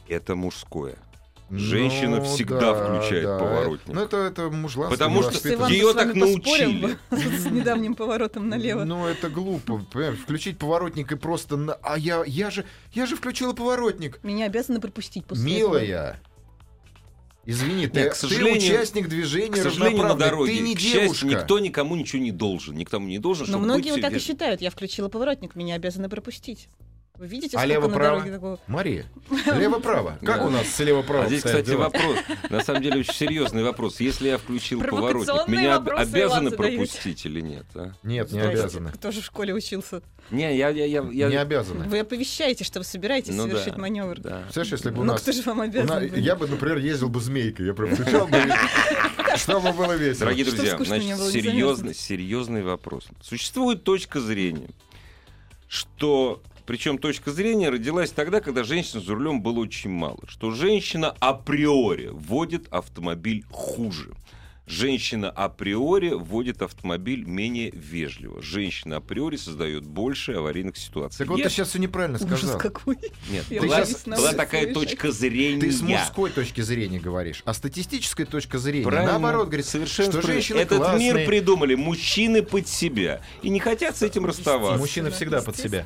[SPEAKER 1] Это мужское.
[SPEAKER 2] Ну,
[SPEAKER 1] Женщина всегда включает поворотник.
[SPEAKER 2] Ну это, это мужланство.
[SPEAKER 1] Потому что
[SPEAKER 4] С
[SPEAKER 2] невоспитанность.
[SPEAKER 4] Иваном
[SPEAKER 1] Её
[SPEAKER 4] с вами
[SPEAKER 1] так
[SPEAKER 4] поспорил
[SPEAKER 1] научили.
[SPEAKER 4] бы С недавним поворотом налево.
[SPEAKER 2] Ну это глупо. понимаешь, Включить поворотник и просто... на- А я, я, же, я же включила поворотник.
[SPEAKER 4] Меня обязаны пропустить после этого.
[SPEAKER 2] Милая. Извини, ты,
[SPEAKER 1] к
[SPEAKER 2] ты
[SPEAKER 1] сожалению-
[SPEAKER 2] участник движения
[SPEAKER 1] К сожалению, на
[SPEAKER 2] равноправный,
[SPEAKER 1] дороге,
[SPEAKER 2] ты не
[SPEAKER 1] к
[SPEAKER 2] девушка.
[SPEAKER 1] счастью, никто никому ничего не должен. Никому не должен,
[SPEAKER 4] Но
[SPEAKER 2] ну
[SPEAKER 1] чтобы
[SPEAKER 4] многие
[SPEAKER 1] быть
[SPEAKER 4] вот так и
[SPEAKER 1] вежливым.
[SPEAKER 4] считают. Я включила поворотник, меня обязаны пропустить. Вы видите,
[SPEAKER 2] А
[SPEAKER 4] сколько на
[SPEAKER 2] лево-право?
[SPEAKER 4] дороге такого?
[SPEAKER 2] Мария, лево-право. Как
[SPEAKER 1] Да.
[SPEAKER 2] у нас с лево-право
[SPEAKER 1] А здесь,
[SPEAKER 2] обстоят
[SPEAKER 1] кстати,
[SPEAKER 2] дела?
[SPEAKER 1] вопрос. На самом деле очень серьезный вопрос. Если я включил поворотник,
[SPEAKER 3] Провокационные
[SPEAKER 1] меня об-
[SPEAKER 3] вопросы,
[SPEAKER 1] обязаны
[SPEAKER 3] Влад, задаете.
[SPEAKER 1] пропустить или нет? а?
[SPEAKER 2] Нет, не
[SPEAKER 4] Здрасте,
[SPEAKER 2] обязаны.
[SPEAKER 4] Кто же в школе учился?
[SPEAKER 1] Не, я... я, я, я-
[SPEAKER 2] Не обязаны.
[SPEAKER 4] Вы оповещаете, что вы собираетесь
[SPEAKER 1] Ну да.
[SPEAKER 4] совершить маневр.
[SPEAKER 1] Да.
[SPEAKER 2] Представляешь, если бы у
[SPEAKER 4] Ну
[SPEAKER 2] нас...
[SPEAKER 4] кто же вам
[SPEAKER 2] у нас-
[SPEAKER 4] обязан? был?
[SPEAKER 2] Я бы, например, ездил бы змейкой. Я прям включал бы, и- чтобы было весело.
[SPEAKER 1] Дорогие
[SPEAKER 4] Что
[SPEAKER 1] друзья,
[SPEAKER 4] скучно мне
[SPEAKER 1] значит,
[SPEAKER 4] было, не
[SPEAKER 1] серьезный, серьезный вопрос. Существует точка зрения, что... Причем точка зрения родилась тогда, когда женщин за рулем было очень мало. Что женщина априори водит автомобиль хуже. Женщина априори водит автомобиль менее вежливо. Женщина априори создает больше аварийных ситуаций.
[SPEAKER 2] Так вот ты
[SPEAKER 1] Есть-
[SPEAKER 2] сейчас все неправильно
[SPEAKER 4] Ужас
[SPEAKER 2] сказал.
[SPEAKER 4] какой.
[SPEAKER 1] Нет,
[SPEAKER 4] я
[SPEAKER 1] была,
[SPEAKER 4] боюсь на
[SPEAKER 1] была
[SPEAKER 4] улице
[SPEAKER 1] такая
[SPEAKER 4] уезжать.
[SPEAKER 1] точка зрения.
[SPEAKER 2] Ты с мужской точки зрения говоришь, а статистическая точка зрения,
[SPEAKER 1] Правильно.
[SPEAKER 2] наоборот, говорит,
[SPEAKER 1] Совершенно
[SPEAKER 2] что
[SPEAKER 1] правильно.
[SPEAKER 2] женщины
[SPEAKER 1] Этот
[SPEAKER 2] классные.
[SPEAKER 1] мир придумали мужчины под себя и не хотят с этим расставаться.
[SPEAKER 2] Мужчины всегда под себя.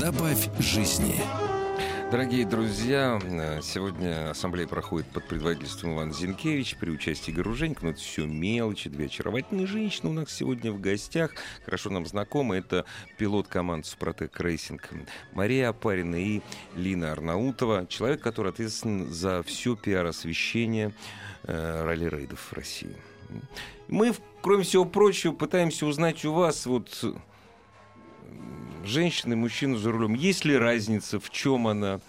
[SPEAKER 5] Добавь жизни.
[SPEAKER 1] Дорогие друзья, э, сегодня ассамблея проходит под предводительством Ивана Зинкевича при участии Горуженька. Но это все мелочи. Две очаровательные женщины у нас сегодня в гостях. Хорошо нам знакомы. Это пилот команд «Супротек Рейсинг» Мария Апарина и Лина Арнаутова. Человек, который ответственен за все пиар-освещение э, ралли-рейдов в России. Мы, в- кроме всего прочего, пытаемся узнать у вас вот э, женщины и мужчину за рулем. Есть ли разница, в чем она?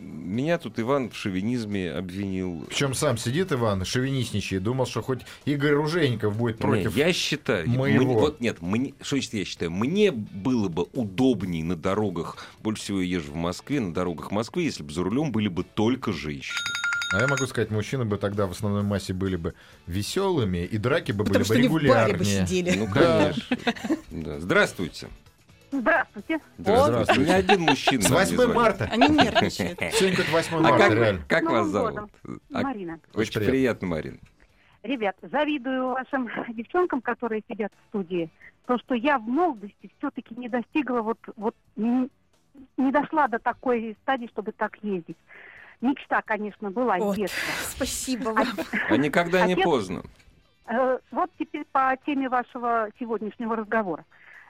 [SPEAKER 1] Меня тут Иван в шовинизме обвинил.
[SPEAKER 2] Причем сам сидит Иван, шовинисничает, думал, что хоть Игорь Ружейников будет против.
[SPEAKER 1] Не, я считаю,
[SPEAKER 2] моего.
[SPEAKER 1] мне- вот нет, мне, что значит я считаю, мне было бы удобнее на дорогах, больше всего я езжу в Москве, на дорогах Москвы, если бы за рулем были бы только женщины.
[SPEAKER 2] А я могу сказать, мужчины бы тогда в основной массе были бы веселыми, и драки бы
[SPEAKER 4] Потому
[SPEAKER 2] были
[SPEAKER 4] что
[SPEAKER 2] бы
[SPEAKER 4] они в баре бы
[SPEAKER 2] регулярнее.
[SPEAKER 4] сидели.
[SPEAKER 1] Ну,
[SPEAKER 2] Да.
[SPEAKER 1] конечно. Да. Здравствуйте.
[SPEAKER 8] Здравствуйте.
[SPEAKER 1] Здравствуйте. Ни один мужчина
[SPEAKER 2] С
[SPEAKER 1] нам не
[SPEAKER 2] 8
[SPEAKER 1] звонит.
[SPEAKER 2] марта.
[SPEAKER 4] Они нервничают.
[SPEAKER 2] Сегодня как 8
[SPEAKER 1] А
[SPEAKER 2] марта,
[SPEAKER 1] как,
[SPEAKER 2] реально.
[SPEAKER 1] как
[SPEAKER 8] С
[SPEAKER 1] вас
[SPEAKER 8] Новым
[SPEAKER 1] зовут?
[SPEAKER 8] годом.
[SPEAKER 1] А,
[SPEAKER 8] Марина.
[SPEAKER 1] Очень
[SPEAKER 2] Привет.
[SPEAKER 1] приятно, Марин.
[SPEAKER 8] Ребят, завидую вашим девчонкам, которые сидят в студии, то, что я в молодости все-таки не достигла вот, вот н- не дошла до такой стадии, чтобы так ездить. Мечта, конечно, была
[SPEAKER 4] Вот.
[SPEAKER 8] в детстве.
[SPEAKER 4] Спасибо вам.
[SPEAKER 1] А никогда не
[SPEAKER 8] Отец-
[SPEAKER 1] поздно.
[SPEAKER 8] Э, Вот теперь по теме вашего сегодняшнего разговора.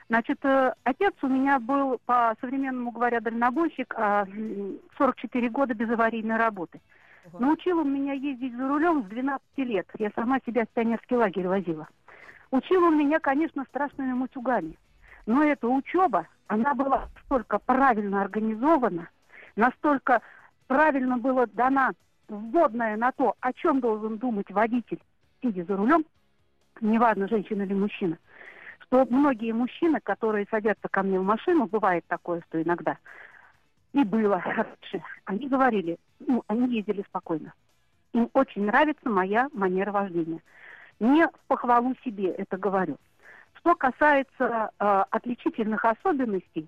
[SPEAKER 8] Значит, э, отец у меня был, по-современному говоря, дальнобойщик, а, м, 44 года без аварийной работы.
[SPEAKER 4] Ого.
[SPEAKER 8] Научил он меня ездить за рулем с 12 лет. Я сама себя в пионерский лагерь возила. Учил он меня, конечно, страшными мутюгами. Но эта учеба, она была настолько правильно организована, настолько правильно была дана вводная на то, о чем должен думать водитель, сидя за рулем, неважно, женщина или мужчина, что многие мужчины, которые садятся ко мне в машину, бывает такое, что иногда, и было раньше, они говорили, ну, они ездили спокойно. Им очень нравится моя манера вождения. Не в похвалу себе это говорю. Что касается э, отличительных особенностей,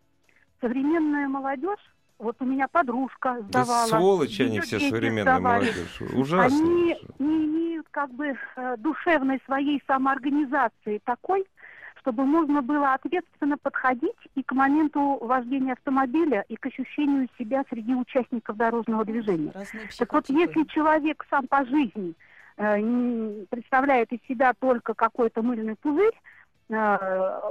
[SPEAKER 8] современная молодежь, вот у меня подружка
[SPEAKER 1] Да
[SPEAKER 8] сдавала.
[SPEAKER 1] сволочи они
[SPEAKER 8] её
[SPEAKER 1] все
[SPEAKER 8] дети
[SPEAKER 1] современные
[SPEAKER 8] сдавали.
[SPEAKER 1] молодежь. Ужасно.
[SPEAKER 8] Они не имеют как бы э, душевной своей самоорганизации такой, чтобы можно было ответственно подходить и к моменту вождения автомобиля, и к ощущению себя среди участников дорожного движения.
[SPEAKER 4] Разные
[SPEAKER 8] Так вот,
[SPEAKER 4] психотипы.
[SPEAKER 8] если человек сам по жизни э, не представляет из себя только какой-то мыльный пузырь, э,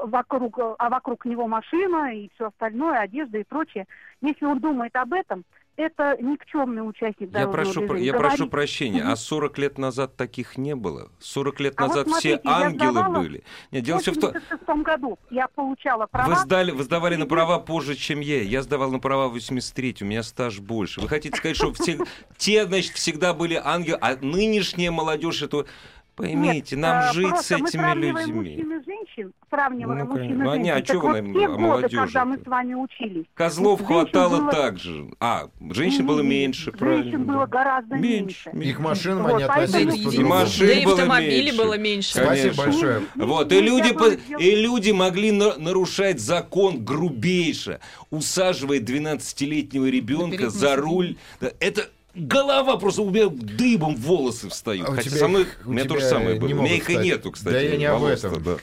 [SPEAKER 8] вокруг, а вокруг него машина и все остальное, одежда и прочее, если он думает об этом, это никчемный участник
[SPEAKER 1] Я
[SPEAKER 8] дорожного
[SPEAKER 1] прошу, про-
[SPEAKER 8] движения.
[SPEAKER 1] я
[SPEAKER 8] Говорить
[SPEAKER 1] прошу прощения,
[SPEAKER 8] Мгм.
[SPEAKER 1] а 40 лет назад таких не было? 40 лет
[SPEAKER 8] А вот
[SPEAKER 1] назад
[SPEAKER 8] смотрите,
[SPEAKER 1] все
[SPEAKER 8] я
[SPEAKER 1] ангелы
[SPEAKER 8] сдавала
[SPEAKER 1] были. Нет, дело все в
[SPEAKER 8] в
[SPEAKER 1] том,
[SPEAKER 8] 86 году я получала
[SPEAKER 1] вы,
[SPEAKER 8] права.
[SPEAKER 1] сдали, вы сдавали на
[SPEAKER 8] Мгм.
[SPEAKER 1] права позже, чем я. Я сдавал на права в 83, у меня стаж больше. Вы хотите сказать, что все, те, значит, всегда были ангелы, а нынешняя молодежь, это... Поймите,
[SPEAKER 8] Нет,
[SPEAKER 1] нам
[SPEAKER 8] э,
[SPEAKER 1] жить с
[SPEAKER 8] просто мы
[SPEAKER 1] этими
[SPEAKER 8] сравниваем
[SPEAKER 1] людьми.
[SPEAKER 8] мужчин и женщин, сравниваем
[SPEAKER 1] Ну,
[SPEAKER 8] мужчин и
[SPEAKER 1] конечно. Ну, а не, а
[SPEAKER 8] женщин.
[SPEAKER 1] чё
[SPEAKER 8] Так
[SPEAKER 1] вы
[SPEAKER 8] вот,
[SPEAKER 1] нам
[SPEAKER 8] те
[SPEAKER 1] о
[SPEAKER 8] годы, когда мы
[SPEAKER 1] молодёжи-то?
[SPEAKER 8] с вами учились,
[SPEAKER 1] Козлов
[SPEAKER 8] Женщин
[SPEAKER 1] хватало
[SPEAKER 8] было-
[SPEAKER 1] так же. А, женщин было меньше, правильно.
[SPEAKER 8] Женщин было гораздо меньше.
[SPEAKER 1] меньше.
[SPEAKER 2] И к
[SPEAKER 1] меньше.
[SPEAKER 2] машинам
[SPEAKER 8] Вот,
[SPEAKER 2] они
[SPEAKER 8] поэтому
[SPEAKER 2] относились
[SPEAKER 8] и
[SPEAKER 2] по-другому.
[SPEAKER 1] машин
[SPEAKER 9] Да и
[SPEAKER 1] было
[SPEAKER 9] автомобилей
[SPEAKER 1] меньше.
[SPEAKER 9] было меньше.
[SPEAKER 2] Спасибо
[SPEAKER 1] Конечно.
[SPEAKER 2] большое.
[SPEAKER 1] Вот, и
[SPEAKER 8] Нельзя
[SPEAKER 1] люди,
[SPEAKER 8] было
[SPEAKER 1] по-
[SPEAKER 8] сделать-
[SPEAKER 1] и люди могли на- нарушать закон грубейше, усаживая 12-летнего ребенка
[SPEAKER 4] переднее
[SPEAKER 1] за
[SPEAKER 4] сиденье.
[SPEAKER 1] руль. Да, Это голова просто у меня дыбом волосы встают.
[SPEAKER 2] А у
[SPEAKER 1] Хотя
[SPEAKER 2] тебя
[SPEAKER 1] со мной
[SPEAKER 2] их-
[SPEAKER 1] у
[SPEAKER 2] у
[SPEAKER 1] меня то же
[SPEAKER 2] тебя
[SPEAKER 1] самое
[SPEAKER 2] не
[SPEAKER 1] было. У меня
[SPEAKER 2] могут
[SPEAKER 1] их и
[SPEAKER 2] встать.
[SPEAKER 1] нету, кстати.
[SPEAKER 2] Да я не об
[SPEAKER 1] волос-то,
[SPEAKER 2] этом.
[SPEAKER 1] да.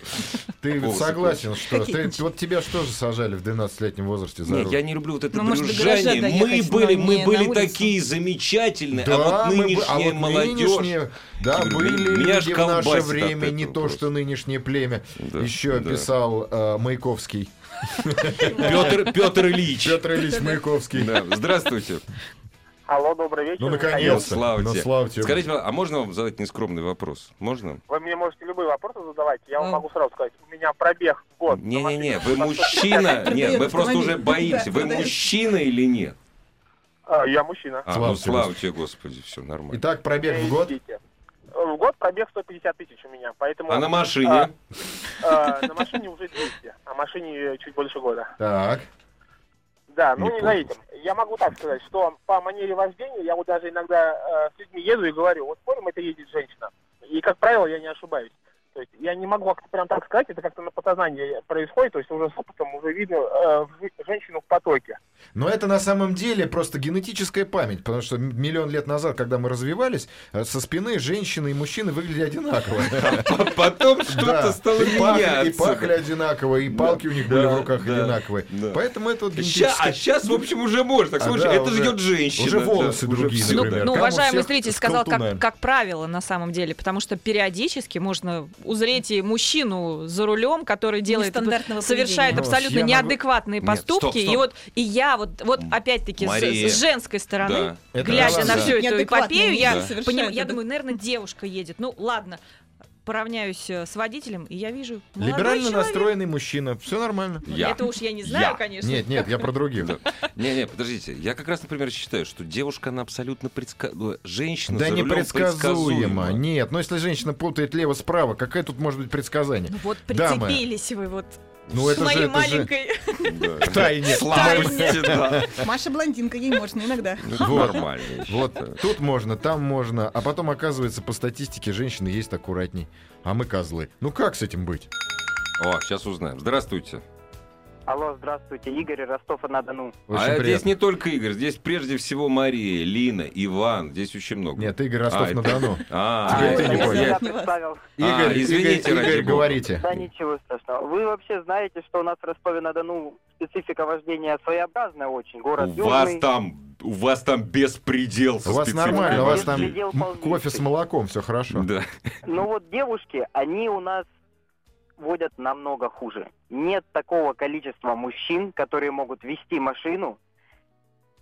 [SPEAKER 2] Ты ведь
[SPEAKER 1] Волосы
[SPEAKER 2] согласен, что
[SPEAKER 4] Какие
[SPEAKER 2] ты,
[SPEAKER 4] ничего.
[SPEAKER 2] вот тебя что же сажали в 12-летнем возрасте за
[SPEAKER 1] Не,
[SPEAKER 2] руль?
[SPEAKER 1] я не люблю вот это
[SPEAKER 4] Ну, может, до гаража
[SPEAKER 1] брюзжание. Мы
[SPEAKER 4] доехать, но
[SPEAKER 1] были, мы
[SPEAKER 4] не
[SPEAKER 1] были
[SPEAKER 4] на улицу.
[SPEAKER 1] такие замечательные,
[SPEAKER 2] Да,
[SPEAKER 1] а вот
[SPEAKER 2] мы бы-
[SPEAKER 1] нынешняя
[SPEAKER 2] а вот
[SPEAKER 1] молодежь...
[SPEAKER 2] нынешние, да,
[SPEAKER 1] Меня
[SPEAKER 2] были
[SPEAKER 1] аж
[SPEAKER 2] люди в наше
[SPEAKER 1] колбасит от
[SPEAKER 2] время, не
[SPEAKER 1] этого
[SPEAKER 2] то,
[SPEAKER 1] просто.
[SPEAKER 2] что нынешнее племя.
[SPEAKER 1] Да,
[SPEAKER 2] Еще
[SPEAKER 1] да.
[SPEAKER 2] писал э, Маяковский.
[SPEAKER 1] Петр, Петр Ильич.
[SPEAKER 2] Петр Ильич Маяковский.
[SPEAKER 1] Да, Здравствуйте.
[SPEAKER 10] Алло, добрый вечер.
[SPEAKER 2] Ну,
[SPEAKER 1] Ну,
[SPEAKER 2] наконец-то.
[SPEAKER 1] слава
[SPEAKER 2] Ну,
[SPEAKER 1] тебе.
[SPEAKER 2] слава тебе.
[SPEAKER 1] Скажите, а можно вам задать нескромный вопрос? Можно?
[SPEAKER 10] Вы мне можете любые вопросы задавать. Я вам
[SPEAKER 4] Ну.
[SPEAKER 10] могу сразу сказать, у меня пробег год.
[SPEAKER 3] Ну,
[SPEAKER 1] Не-не-не,
[SPEAKER 10] На
[SPEAKER 1] вы
[SPEAKER 10] машине.
[SPEAKER 1] мужчина. Нет, мы
[SPEAKER 4] Продает
[SPEAKER 1] просто уже
[SPEAKER 4] автомобиль.
[SPEAKER 1] боимся.
[SPEAKER 4] Да,
[SPEAKER 1] Вы
[SPEAKER 4] продает.
[SPEAKER 1] мужчина или нет?
[SPEAKER 10] А, я мужчина.
[SPEAKER 1] А,
[SPEAKER 2] Слава
[SPEAKER 1] ну
[SPEAKER 2] тебе,
[SPEAKER 1] слава тебе, Господи, все нормально.
[SPEAKER 2] Итак, пробег в
[SPEAKER 10] Вы
[SPEAKER 2] год.
[SPEAKER 10] ездите. Э, В год пробег 150 тысяч у меня, поэтому...
[SPEAKER 1] А на машине?
[SPEAKER 10] а, на машине уже 200, а машине чуть больше года.
[SPEAKER 2] Так.
[SPEAKER 10] Да, ну
[SPEAKER 1] Не
[SPEAKER 10] не,
[SPEAKER 1] понял.
[SPEAKER 10] заедем. Я могу так сказать, что по манере вождения я вот даже иногда э, с людьми еду и говорю, вот понял, это едет женщина. И, как правило, я не ошибаюсь. То есть я не могу как-то прям так сказать, это как-то на подсознании происходит, то есть уже с опытом уже видно э, в- женщину в потоке.
[SPEAKER 2] Но это на самом деле просто генетическая память, потому что м- миллион лет назад, когда мы развивались, э, со спины женщины и мужчины выглядели одинаково.
[SPEAKER 1] А Потом
[SPEAKER 2] Да.
[SPEAKER 1] что-то стало
[SPEAKER 2] И пахли- И пахли
[SPEAKER 1] меняться.
[SPEAKER 2] одинаково, и палки у них были
[SPEAKER 1] Да,
[SPEAKER 2] в руках
[SPEAKER 1] да,
[SPEAKER 2] одинаковые.
[SPEAKER 1] да.
[SPEAKER 2] Поэтому это вот
[SPEAKER 1] Ща- а
[SPEAKER 2] генетическая
[SPEAKER 1] сейчас, в общем, уже можно. Так,
[SPEAKER 2] А,
[SPEAKER 1] слушай,
[SPEAKER 2] да,
[SPEAKER 1] это
[SPEAKER 2] уже-
[SPEAKER 1] ждет женщина.
[SPEAKER 2] уже
[SPEAKER 1] да,
[SPEAKER 2] волосы
[SPEAKER 1] уже
[SPEAKER 2] другие,
[SPEAKER 1] всё.
[SPEAKER 2] например.
[SPEAKER 9] Ну,
[SPEAKER 2] Там у
[SPEAKER 9] уважаемый
[SPEAKER 2] всех
[SPEAKER 9] зритель
[SPEAKER 2] с
[SPEAKER 9] сказал,
[SPEAKER 2] колтунами.
[SPEAKER 9] как, как правило, на самом деле, потому что периодически можно узреть и мужчину за рулем, который делает, э,
[SPEAKER 4] Нестандартного
[SPEAKER 2] поведения.
[SPEAKER 9] совершает
[SPEAKER 2] Ну,
[SPEAKER 9] абсолютно
[SPEAKER 2] я могу-
[SPEAKER 9] неадекватные
[SPEAKER 1] Нет,
[SPEAKER 9] поступки.
[SPEAKER 1] стоп, стоп.
[SPEAKER 9] И вот и я вот, вот
[SPEAKER 1] М,
[SPEAKER 9] опять-таки с-
[SPEAKER 1] Мария.
[SPEAKER 9] с, женской стороны,
[SPEAKER 1] Да.
[SPEAKER 2] Это
[SPEAKER 9] глядя
[SPEAKER 2] да,
[SPEAKER 9] на
[SPEAKER 1] да.
[SPEAKER 9] всю эту
[SPEAKER 4] Неадекватные
[SPEAKER 9] эпопею, я
[SPEAKER 4] люди совершают
[SPEAKER 9] поним- я
[SPEAKER 4] это.
[SPEAKER 9] думаю, наверное, девушка едет. Ну ладно.
[SPEAKER 3] поравняюсь э, с водителем, и я вижу Ну, молодой
[SPEAKER 2] Либерально
[SPEAKER 3] человек.
[SPEAKER 2] настроенный мужчина. Все нормально.
[SPEAKER 3] Ну,
[SPEAKER 1] Я.
[SPEAKER 3] Это уж я не знаю,
[SPEAKER 1] Я.
[SPEAKER 3] конечно.
[SPEAKER 2] Нет, нет, я про других.
[SPEAKER 1] Не-не, подождите. Я как раз, например, считаю, что девушка, она абсолютно предсказуема. Женщина
[SPEAKER 2] Да
[SPEAKER 1] за рулем
[SPEAKER 2] непредсказуемо.
[SPEAKER 1] предсказуема.
[SPEAKER 2] Нет, но если женщина путает лево-справа, какое тут может быть предсказание?
[SPEAKER 3] Ну вот
[SPEAKER 2] Дамы.
[SPEAKER 3] прицепились вы вот
[SPEAKER 2] Ну
[SPEAKER 3] к
[SPEAKER 2] это же,
[SPEAKER 3] моей
[SPEAKER 2] это же...
[SPEAKER 3] маленькой.
[SPEAKER 1] Да.
[SPEAKER 2] В тайне.
[SPEAKER 1] Слава богу, да.
[SPEAKER 4] Маша блондинка, ей можно иногда.
[SPEAKER 1] Ну, это
[SPEAKER 2] Вот.
[SPEAKER 1] Нормально. я считаю.
[SPEAKER 2] Вот тут можно, там можно, а потом оказывается по статистике женщины есть аккуратней, а мы козлы. Ну как с этим быть?
[SPEAKER 1] О, сейчас А, узнаем. Здравствуйте.
[SPEAKER 9] Алло, здравствуйте, Игорь, Ростов-на-Дону.
[SPEAKER 2] Очень
[SPEAKER 1] а здесь
[SPEAKER 2] приятно.
[SPEAKER 1] не только Игорь, здесь прежде всего Мария, Лина, Иван. Здесь очень много.
[SPEAKER 2] Нет, Игорь Ростов-на-Дону.
[SPEAKER 1] А,
[SPEAKER 2] Теперь
[SPEAKER 1] я-
[SPEAKER 2] ты не
[SPEAKER 1] я-
[SPEAKER 2] понял.
[SPEAKER 1] я- А,
[SPEAKER 2] Игорь,
[SPEAKER 1] извините,
[SPEAKER 2] Игорь,
[SPEAKER 1] ради
[SPEAKER 2] Игорь,
[SPEAKER 1] бога.
[SPEAKER 2] говорите.
[SPEAKER 9] Да ничего страшного. Вы вообще знаете, что у нас в Ростове-на-Дону специфика вождения своеобразная очень. Город
[SPEAKER 1] У вас
[SPEAKER 9] южный.
[SPEAKER 1] там, у вас там беспредел. со
[SPEAKER 2] У вас
[SPEAKER 1] спецификой.
[SPEAKER 2] нормально, у вас там
[SPEAKER 9] Предел
[SPEAKER 2] м- кофе с
[SPEAKER 9] полнейший.
[SPEAKER 2] молоком, все хорошо.
[SPEAKER 1] Да.
[SPEAKER 9] Но вот девушки, они у нас водят намного хуже. Нет такого количества мужчин, которые могут вести машину,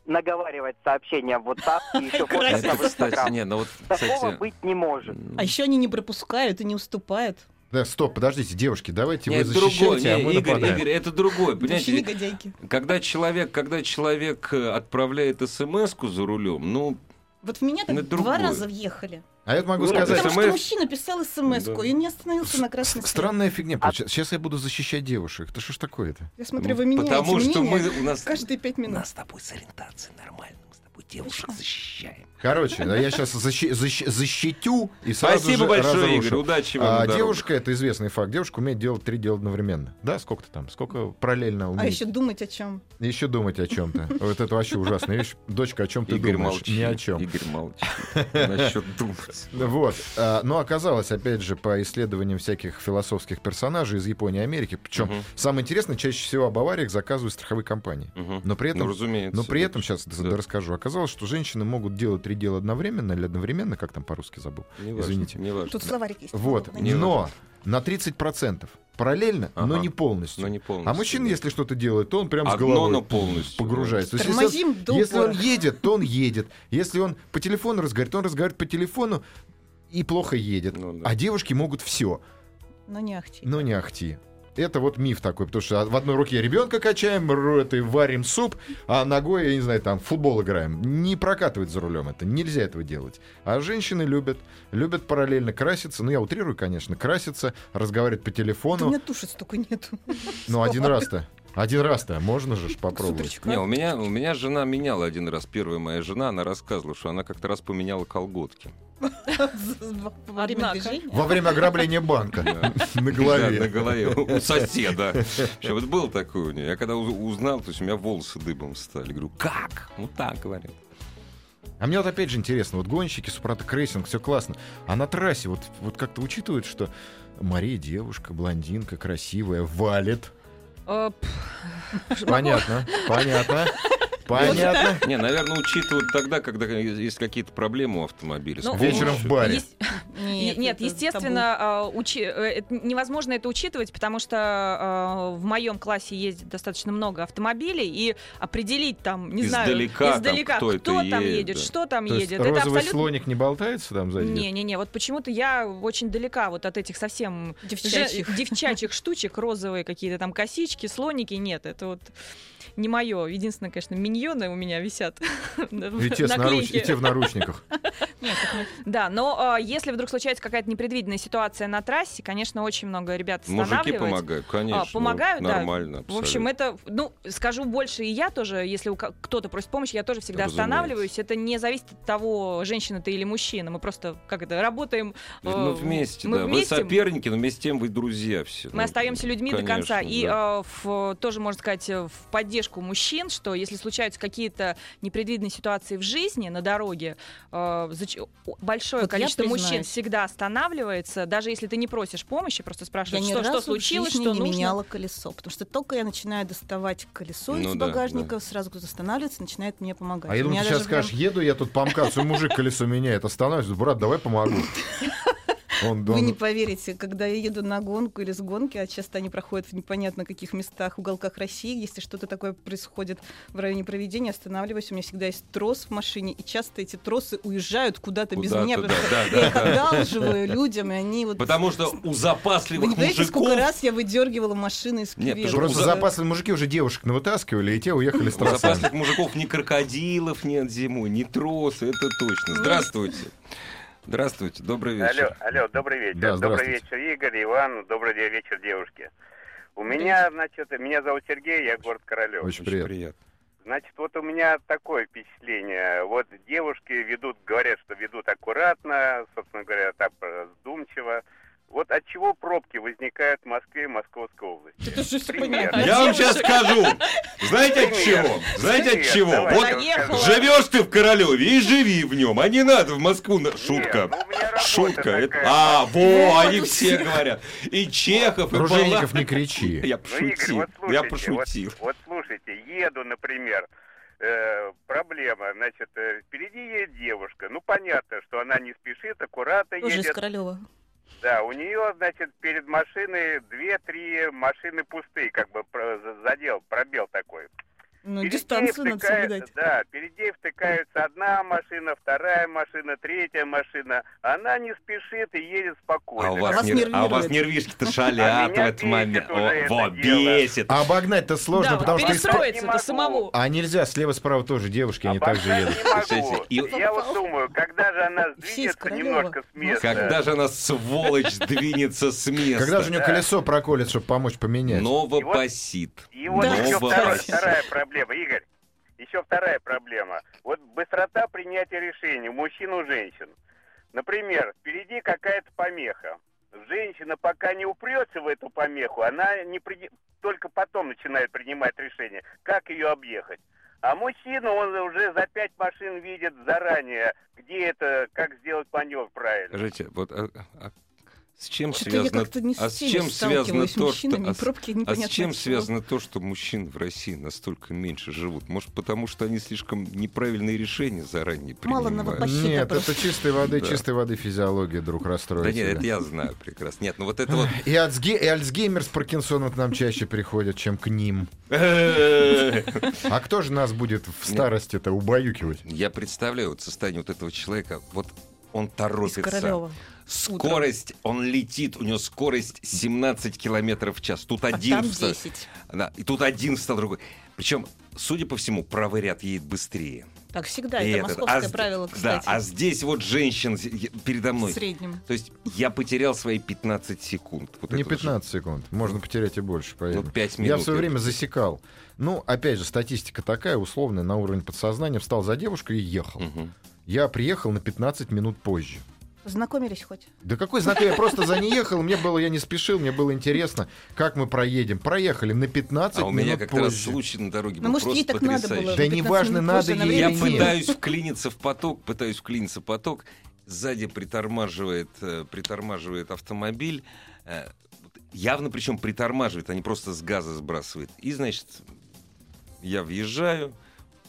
[SPEAKER 9] наговаривать сообщения в WhatsApp и еще фотки
[SPEAKER 1] Это,
[SPEAKER 9] в
[SPEAKER 1] кстати,
[SPEAKER 9] Instagram.
[SPEAKER 1] не, ну вот,
[SPEAKER 9] Такого
[SPEAKER 1] кстати...
[SPEAKER 9] быть не может.
[SPEAKER 1] м,
[SPEAKER 4] А еще они не пропускают и не уступают.
[SPEAKER 2] Да, стоп, подождите, девушки, давайте
[SPEAKER 1] не,
[SPEAKER 2] вы
[SPEAKER 1] это другое,
[SPEAKER 2] защищайте, а
[SPEAKER 1] не,
[SPEAKER 2] мы
[SPEAKER 1] Игорь,
[SPEAKER 2] нападаем.
[SPEAKER 1] Игорь, это другое.
[SPEAKER 4] Вообще
[SPEAKER 1] Понимаете,
[SPEAKER 4] негодяйки.
[SPEAKER 1] когда человек, когда человек э, отправляет смс-ку за рулем, ну,
[SPEAKER 4] Вот в меня
[SPEAKER 1] На
[SPEAKER 4] так два
[SPEAKER 1] другую.
[SPEAKER 4] раза въехали.
[SPEAKER 2] А я могу
[SPEAKER 1] Нет,
[SPEAKER 2] сказать,
[SPEAKER 4] Потому
[SPEAKER 1] СМС?
[SPEAKER 4] что мужчина писал смс
[SPEAKER 1] Да.
[SPEAKER 4] и он не остановился на
[SPEAKER 2] с-
[SPEAKER 4] красный свет.
[SPEAKER 2] странная фигня. Сейчас я буду защищать девушек. Да что ж такое-то?
[SPEAKER 4] А Я смотрю, вы меняете
[SPEAKER 1] потому что мы
[SPEAKER 4] мнение
[SPEAKER 1] у нас...
[SPEAKER 4] каждые пять минут.
[SPEAKER 1] с тобой с ориентацией нормально, мы с тобой девушек защищаем.
[SPEAKER 2] Короче, да, я сейчас защитю и сразу
[SPEAKER 1] Спасибо
[SPEAKER 2] же
[SPEAKER 1] большое,
[SPEAKER 2] разрушу.
[SPEAKER 1] Игорь, удачи вам.
[SPEAKER 2] А
[SPEAKER 1] на дорогах.
[SPEAKER 2] девушка, это известный факт, девушка умеет делать три дела одновременно. Да, сколько-то там, сколько параллельно умеет.
[SPEAKER 4] А еще думать о чем?
[SPEAKER 2] Еще думать о чем-то. Вот это вообще ужасная вещь. Дочка, о чем ты
[SPEAKER 1] Игорь
[SPEAKER 2] думаешь?
[SPEAKER 1] молчи.
[SPEAKER 2] Ни о чем.
[SPEAKER 1] Игорь молчи. Насчет думать.
[SPEAKER 2] Вот. А, Но оказалось, опять же, по исследованиям всяких философских персонажей из Японии и Америки, причем
[SPEAKER 1] Мгм.
[SPEAKER 2] самое интересное, чаще всего об авариях заказывают страховые компании.
[SPEAKER 1] Мгм.
[SPEAKER 2] Но при этом,
[SPEAKER 1] Ну, разумеется.
[SPEAKER 2] но при этом сейчас
[SPEAKER 1] Да.
[SPEAKER 2] расскажу, оказалось, что женщины могут делать три дела одновременно или одновременно, как там по-русски забыл.
[SPEAKER 1] Неважно,
[SPEAKER 2] извините.
[SPEAKER 1] неважно.
[SPEAKER 4] Тут словарик есть. Ну,
[SPEAKER 2] Вот.
[SPEAKER 4] удобно.
[SPEAKER 2] Но на 30%. Параллельно, но
[SPEAKER 1] Ага.
[SPEAKER 2] не полностью.
[SPEAKER 1] Но не полностью.
[SPEAKER 2] А мужчина,
[SPEAKER 1] да.
[SPEAKER 2] если что-то делает, то он прям с
[SPEAKER 1] Одно,
[SPEAKER 2] головой
[SPEAKER 1] но полностью.
[SPEAKER 2] погружается. То есть, если он-
[SPEAKER 4] Тормозим до
[SPEAKER 2] если он
[SPEAKER 4] упора.
[SPEAKER 2] едет, то он едет. Если он по телефону разговаривает, то он разговаривает по телефону и плохо едет.
[SPEAKER 1] Ну да.
[SPEAKER 2] А девушки могут все,
[SPEAKER 4] Но Ну, не ахти.
[SPEAKER 2] но не ахти. Это вот миф такой, потому что в одной руке ребенка качаем, ру- это, варим суп, а ногой, я не знаю, там в футбол играем. Не прокатывает за рулем это, нельзя этого делать. А женщины любят, любят параллельно краситься, ну я утрирую, конечно, краситься, разговаривать по
[SPEAKER 4] Вот У
[SPEAKER 2] телефону.
[SPEAKER 4] меня туши столько нету.
[SPEAKER 2] Ну один раз-то, один раз-то, можно же ж попробовать.
[SPEAKER 4] Сутречку.
[SPEAKER 1] Не, у меня, у меня жена меняла один раз. Первая моя жена, она рассказывала, что она как-то раз поменяла колготки.
[SPEAKER 4] Во время
[SPEAKER 3] Однако.
[SPEAKER 4] движения.
[SPEAKER 2] Во время ограбления банка. На
[SPEAKER 1] Э, Да, на
[SPEAKER 2] голове.
[SPEAKER 1] голове. У соседа. Вообще, вот был такой у нее. Я когда уз- узнал, то есть у меня волосы дыбом стали. Говорю, как? Ну так, говорят.
[SPEAKER 2] А мне вот опять же интересно, вот гонщики, Супротек Рейсинг, все классно. А на трассе вот, вот как-то учитывают, что Мария девушка, блондинка, красивая, валит.
[SPEAKER 4] А,
[SPEAKER 6] Э, п-
[SPEAKER 2] Понятно, понятно, понятно.
[SPEAKER 1] Не, наверное, учитывают тогда, когда есть какие-то проблемы у автомобиля.
[SPEAKER 3] Ну,
[SPEAKER 2] Вечером в баре.
[SPEAKER 3] Есть- Нет,
[SPEAKER 4] это
[SPEAKER 3] естественно, а, учи- э, это невозможно это учитывать, потому что а, в моем классе ездит достаточно много автомобилей, и определить там, не
[SPEAKER 1] Издалека
[SPEAKER 3] знаю,
[SPEAKER 1] там,
[SPEAKER 3] издалека,
[SPEAKER 1] кто это
[SPEAKER 3] там
[SPEAKER 1] едет,
[SPEAKER 3] едет,
[SPEAKER 1] да.
[SPEAKER 3] что там
[SPEAKER 2] То есть
[SPEAKER 3] едет. Это
[SPEAKER 2] розовый
[SPEAKER 3] абсолютно...
[SPEAKER 2] слоник не болтается там сзади?
[SPEAKER 3] Не-не-не, вот почему-то я очень далека вот от этих совсем
[SPEAKER 4] табу.
[SPEAKER 3] же-
[SPEAKER 4] девчачьих.
[SPEAKER 3] девчачьих штучек, розовые какие-то там косички, слоники, нет, это вот не мое. Единственное, конечно, миньоны у меня висят.
[SPEAKER 2] И те, с наруч- и те в наручниках.
[SPEAKER 4] Нет, так мы-
[SPEAKER 3] Да, но э, если вдруг случается какая-то непредвиденная ситуация на трассе, конечно, очень много ребят
[SPEAKER 1] Мужики
[SPEAKER 3] останавливают.
[SPEAKER 1] помогают, конечно. ну,
[SPEAKER 3] А, помогают, да.
[SPEAKER 1] Нормально.
[SPEAKER 3] В общем, это, ну, скажу больше, и я тоже, если у ко- кто-то просит помощи, я тоже всегда
[SPEAKER 1] Разумеется.
[SPEAKER 3] останавливаюсь. Это не зависит от того, женщина ты или мужчина. Мы просто, как это, работаем. э,
[SPEAKER 1] Мы вместе,
[SPEAKER 3] мы
[SPEAKER 1] да.
[SPEAKER 3] вместе.
[SPEAKER 1] Вы соперники, но вместе с тем вы друзья все.
[SPEAKER 3] Мы остаемся людьми до конца. И
[SPEAKER 1] ну, да.
[SPEAKER 3] э, в- тоже, можно сказать, э, в поддержку мужчин, что если случаются какие-то непредвиденные ситуации в жизни на дороге, э, зач- о- большое
[SPEAKER 4] Вот я
[SPEAKER 3] количество мужчин
[SPEAKER 4] признаюсь.
[SPEAKER 3] всегда останавливается, даже если ты не просишь помощи, просто
[SPEAKER 4] Я
[SPEAKER 3] спрашиваешь,
[SPEAKER 4] ни
[SPEAKER 3] что, что
[SPEAKER 4] разу в
[SPEAKER 3] случилось,
[SPEAKER 4] жизни
[SPEAKER 3] что
[SPEAKER 4] не
[SPEAKER 3] нужно.
[SPEAKER 4] меняла колесо, потому что только я начинаю доставать колесо
[SPEAKER 1] Ну
[SPEAKER 4] из
[SPEAKER 1] да,
[SPEAKER 4] багажника, сразу кто-то останавливается, начинает мне помогать.
[SPEAKER 2] А я
[SPEAKER 4] У
[SPEAKER 2] думаю,
[SPEAKER 4] меня
[SPEAKER 2] ты сейчас
[SPEAKER 4] даже прям-
[SPEAKER 2] скажешь, еду я тут по МКАДу, мужик колесо меняет, останавливаюсь, брат, давай помогу. Он,
[SPEAKER 4] Вы
[SPEAKER 2] он-
[SPEAKER 4] не поверите, когда я еду на гонку или с гонки, а часто они проходят в непонятно каких местах, уголках России, если что-то такое происходит в районе проведения, останавливаюсь, у меня всегда есть трос в машине, и часто эти тросы уезжают куда-то без
[SPEAKER 1] Куда-то,
[SPEAKER 4] меня, потому что
[SPEAKER 1] да, да,
[SPEAKER 4] я
[SPEAKER 1] да,
[SPEAKER 4] их
[SPEAKER 1] да.
[SPEAKER 4] одалживаю людям, и они вот...
[SPEAKER 1] Потому что у
[SPEAKER 4] Вы не
[SPEAKER 1] запасливых
[SPEAKER 4] понимаете, сколько
[SPEAKER 1] мужиков...
[SPEAKER 4] раз я выдергивала машины из
[SPEAKER 1] Нет,
[SPEAKER 4] кювета?
[SPEAKER 1] потому
[SPEAKER 2] Просто
[SPEAKER 1] за-
[SPEAKER 2] запасные мужики уже девушек навытаскивали, и те уехали с
[SPEAKER 1] У
[SPEAKER 2] тросами.
[SPEAKER 1] запасных мужиков ни крокодилов нет зимой, ни тросы, это точно. Здравствуйте. Здравствуйте, добрый
[SPEAKER 11] Ну. Алло,
[SPEAKER 1] вечер.
[SPEAKER 11] алло, добрый вечер.
[SPEAKER 2] Да,
[SPEAKER 11] добрый
[SPEAKER 2] здравствуйте.
[SPEAKER 11] вечер, Игорь, Иван, добрый де- вечер, девушки. У меня, значит, меня зовут Сергей, я город Королев.
[SPEAKER 2] Очень приятно.
[SPEAKER 11] Значит, вот у меня такое впечатление. Вот девушки ведут, говорят, что ведут аккуратно, собственно говоря, так э, вдумчиво. Вот от чего пробки возникают в Москве и Московской области?
[SPEAKER 4] Это же всё
[SPEAKER 11] Пример.
[SPEAKER 4] понятно.
[SPEAKER 1] Я вам сейчас скажу. Знаете от
[SPEAKER 11] Привет.
[SPEAKER 1] чего? Знаете от
[SPEAKER 11] Привет,
[SPEAKER 1] чего?
[SPEAKER 11] давай,
[SPEAKER 1] Вот
[SPEAKER 11] я вам скажу.
[SPEAKER 1] живешь ты в Королеве и живи в нем, а не надо в Москву. на-
[SPEAKER 11] Нет, ну,
[SPEAKER 1] Шутка.
[SPEAKER 11] у меня работа
[SPEAKER 1] Шутка.
[SPEAKER 11] такая.
[SPEAKER 1] Это- А, во, они все говорят. И Чехов, и
[SPEAKER 2] Ружейников
[SPEAKER 1] Балак-
[SPEAKER 2] не кричи.
[SPEAKER 1] Я
[SPEAKER 11] Ну, Игорь,
[SPEAKER 1] пошутил.
[SPEAKER 11] вот слушайте,
[SPEAKER 1] Я
[SPEAKER 11] вот-
[SPEAKER 1] пошутил.
[SPEAKER 11] Вот, слушайте, еду, например, э, проблема, значит, э, впереди едет девушка, ну, понятно, что она не спешит, аккуратно
[SPEAKER 4] Тоже из
[SPEAKER 11] едет,
[SPEAKER 4] Королева.
[SPEAKER 11] да, у нее, значит, перед машиной две-три машины пустые, как бы про- за- задел, пробел такой.
[SPEAKER 4] Ну,
[SPEAKER 11] Перед ней
[SPEAKER 4] дистанцию надо
[SPEAKER 11] втыкает-
[SPEAKER 4] соблюдать.
[SPEAKER 11] Да, перед ней втыкается одна машина, вторая машина, третья машина, она не спешит и едет спокойно.
[SPEAKER 1] А у вас,
[SPEAKER 4] вас
[SPEAKER 1] нер- а у вас
[SPEAKER 4] нервирует.
[SPEAKER 1] нервишки-то
[SPEAKER 11] А
[SPEAKER 1] шалят в
[SPEAKER 11] меня
[SPEAKER 1] этот
[SPEAKER 11] бесит
[SPEAKER 1] момент.
[SPEAKER 11] уже
[SPEAKER 1] О,
[SPEAKER 11] это
[SPEAKER 1] Вот,
[SPEAKER 11] дело.
[SPEAKER 1] бесит.
[SPEAKER 2] А обогнать-то сложно,
[SPEAKER 9] да, вот
[SPEAKER 2] потому что... из-
[SPEAKER 11] перестроить.
[SPEAKER 9] перестроиться до самого.
[SPEAKER 2] А нельзя, слева-справа тоже девушки,
[SPEAKER 1] А
[SPEAKER 2] они так же едут.
[SPEAKER 11] Обожать не могу.
[SPEAKER 1] И-
[SPEAKER 11] Я вот думаю, когда же она сдвинется
[SPEAKER 4] Королёва.
[SPEAKER 11] немножко с места.
[SPEAKER 1] Когда же она, сволочь, двинется с места?
[SPEAKER 2] Когда же у нее
[SPEAKER 11] Да.
[SPEAKER 2] колесо проколет, чтобы помочь поменять?
[SPEAKER 1] Ну, Новопосит.
[SPEAKER 11] И Ну вот
[SPEAKER 4] Да,
[SPEAKER 11] еще
[SPEAKER 4] кстати.
[SPEAKER 11] вторая, вторая проблема, Игорь. Еще вторая проблема. Вот быстрота принятия решений у мужчин и у женщин. Например, впереди какая-то помеха. Женщина пока не упрется в эту помеху, она не при- только потом начинает принимать решение, как ее объехать. А мужчина, он уже за пять машин видит заранее, где это, как сделать маневр правильно.
[SPEAKER 1] Скажите, вот а- а с чем
[SPEAKER 4] Что-то я
[SPEAKER 1] связано,
[SPEAKER 4] как-то не
[SPEAKER 1] а
[SPEAKER 4] с
[SPEAKER 1] с
[SPEAKER 4] теми
[SPEAKER 1] чем связано
[SPEAKER 4] сталкивалась
[SPEAKER 1] то, что,
[SPEAKER 4] мужчинами,
[SPEAKER 1] а с-
[SPEAKER 4] пробки
[SPEAKER 1] а с
[SPEAKER 4] непонятно
[SPEAKER 1] чем
[SPEAKER 4] от чего.
[SPEAKER 1] связано то, что мужчин в России настолько меньше живут? Может, потому что они слишком неправильные решения заранее
[SPEAKER 4] Мало
[SPEAKER 1] принимают?
[SPEAKER 4] новопосетов. Пощита
[SPEAKER 2] Нет,
[SPEAKER 4] просто.
[SPEAKER 2] это чистой воды,
[SPEAKER 1] Да.
[SPEAKER 2] чистой воды физиология, друг,
[SPEAKER 1] Да
[SPEAKER 2] расстроит
[SPEAKER 1] нет, это
[SPEAKER 2] тебя.
[SPEAKER 1] я знаю прекрасно. Нет, ну вот это вот...
[SPEAKER 2] И, альцге- и Альцгеймер с Паркинсоном к нам чаще приходят, чем к ним. А кто же нас будет в старости-то убаюкивать?
[SPEAKER 1] Я представляю вот состояние вот этого человека. Вот он
[SPEAKER 4] Из
[SPEAKER 1] торопится.
[SPEAKER 4] Королева.
[SPEAKER 1] Скорость, он летит, у него скорость 17 километров в час. Тут
[SPEAKER 4] А
[SPEAKER 1] один
[SPEAKER 4] там
[SPEAKER 1] вста-
[SPEAKER 4] 10.
[SPEAKER 1] Да, и тут один встал, другой. Причем, судя по всему, правый ряд едет быстрее.
[SPEAKER 4] Так всегда,
[SPEAKER 1] И
[SPEAKER 4] это
[SPEAKER 1] этот. а
[SPEAKER 4] московское
[SPEAKER 1] зд-
[SPEAKER 4] правило, кстати.
[SPEAKER 1] Да, а здесь вот женщин з- е- передо
[SPEAKER 4] В
[SPEAKER 1] мной.
[SPEAKER 4] среднем.
[SPEAKER 1] То есть я потерял свои 15 секунд. Вот
[SPEAKER 2] Не
[SPEAKER 1] это вот же.
[SPEAKER 2] 15 секунд, можно потерять и больше. поверь.
[SPEAKER 1] Ну, пять
[SPEAKER 2] Я
[SPEAKER 1] минут
[SPEAKER 2] в свое
[SPEAKER 1] это.
[SPEAKER 2] время засекал. Ну, опять же, статистика такая, условная, на уровне подсознания. Встал за девушкой и ехал.
[SPEAKER 1] Мгм.
[SPEAKER 2] Я приехал на 15 минут позже.
[SPEAKER 4] Познакомились хоть?
[SPEAKER 2] Да какой знак? Я просто за ней ехал, мне было, я не спешил, мне было интересно, как мы проедем. Проехали на 15
[SPEAKER 1] А у
[SPEAKER 2] минут
[SPEAKER 1] меня как раз
[SPEAKER 2] позже.
[SPEAKER 1] случай на дороге
[SPEAKER 4] Ну,
[SPEAKER 1] был
[SPEAKER 4] может, ей
[SPEAKER 1] просто
[SPEAKER 4] так надо было.
[SPEAKER 1] потрясающий.
[SPEAKER 2] Да
[SPEAKER 4] 15
[SPEAKER 2] неважно,
[SPEAKER 4] минут
[SPEAKER 2] надо
[SPEAKER 4] позже она
[SPEAKER 2] ей
[SPEAKER 1] Я
[SPEAKER 2] или
[SPEAKER 4] временно.
[SPEAKER 2] нет.
[SPEAKER 1] пытаюсь вклиниться в поток, пытаюсь вклиниться в поток. Сзади притормаживает, э, притормаживает автомобиль. Э, вот явно причем притормаживает, а не просто с газа сбрасывает. И, значит, я въезжаю,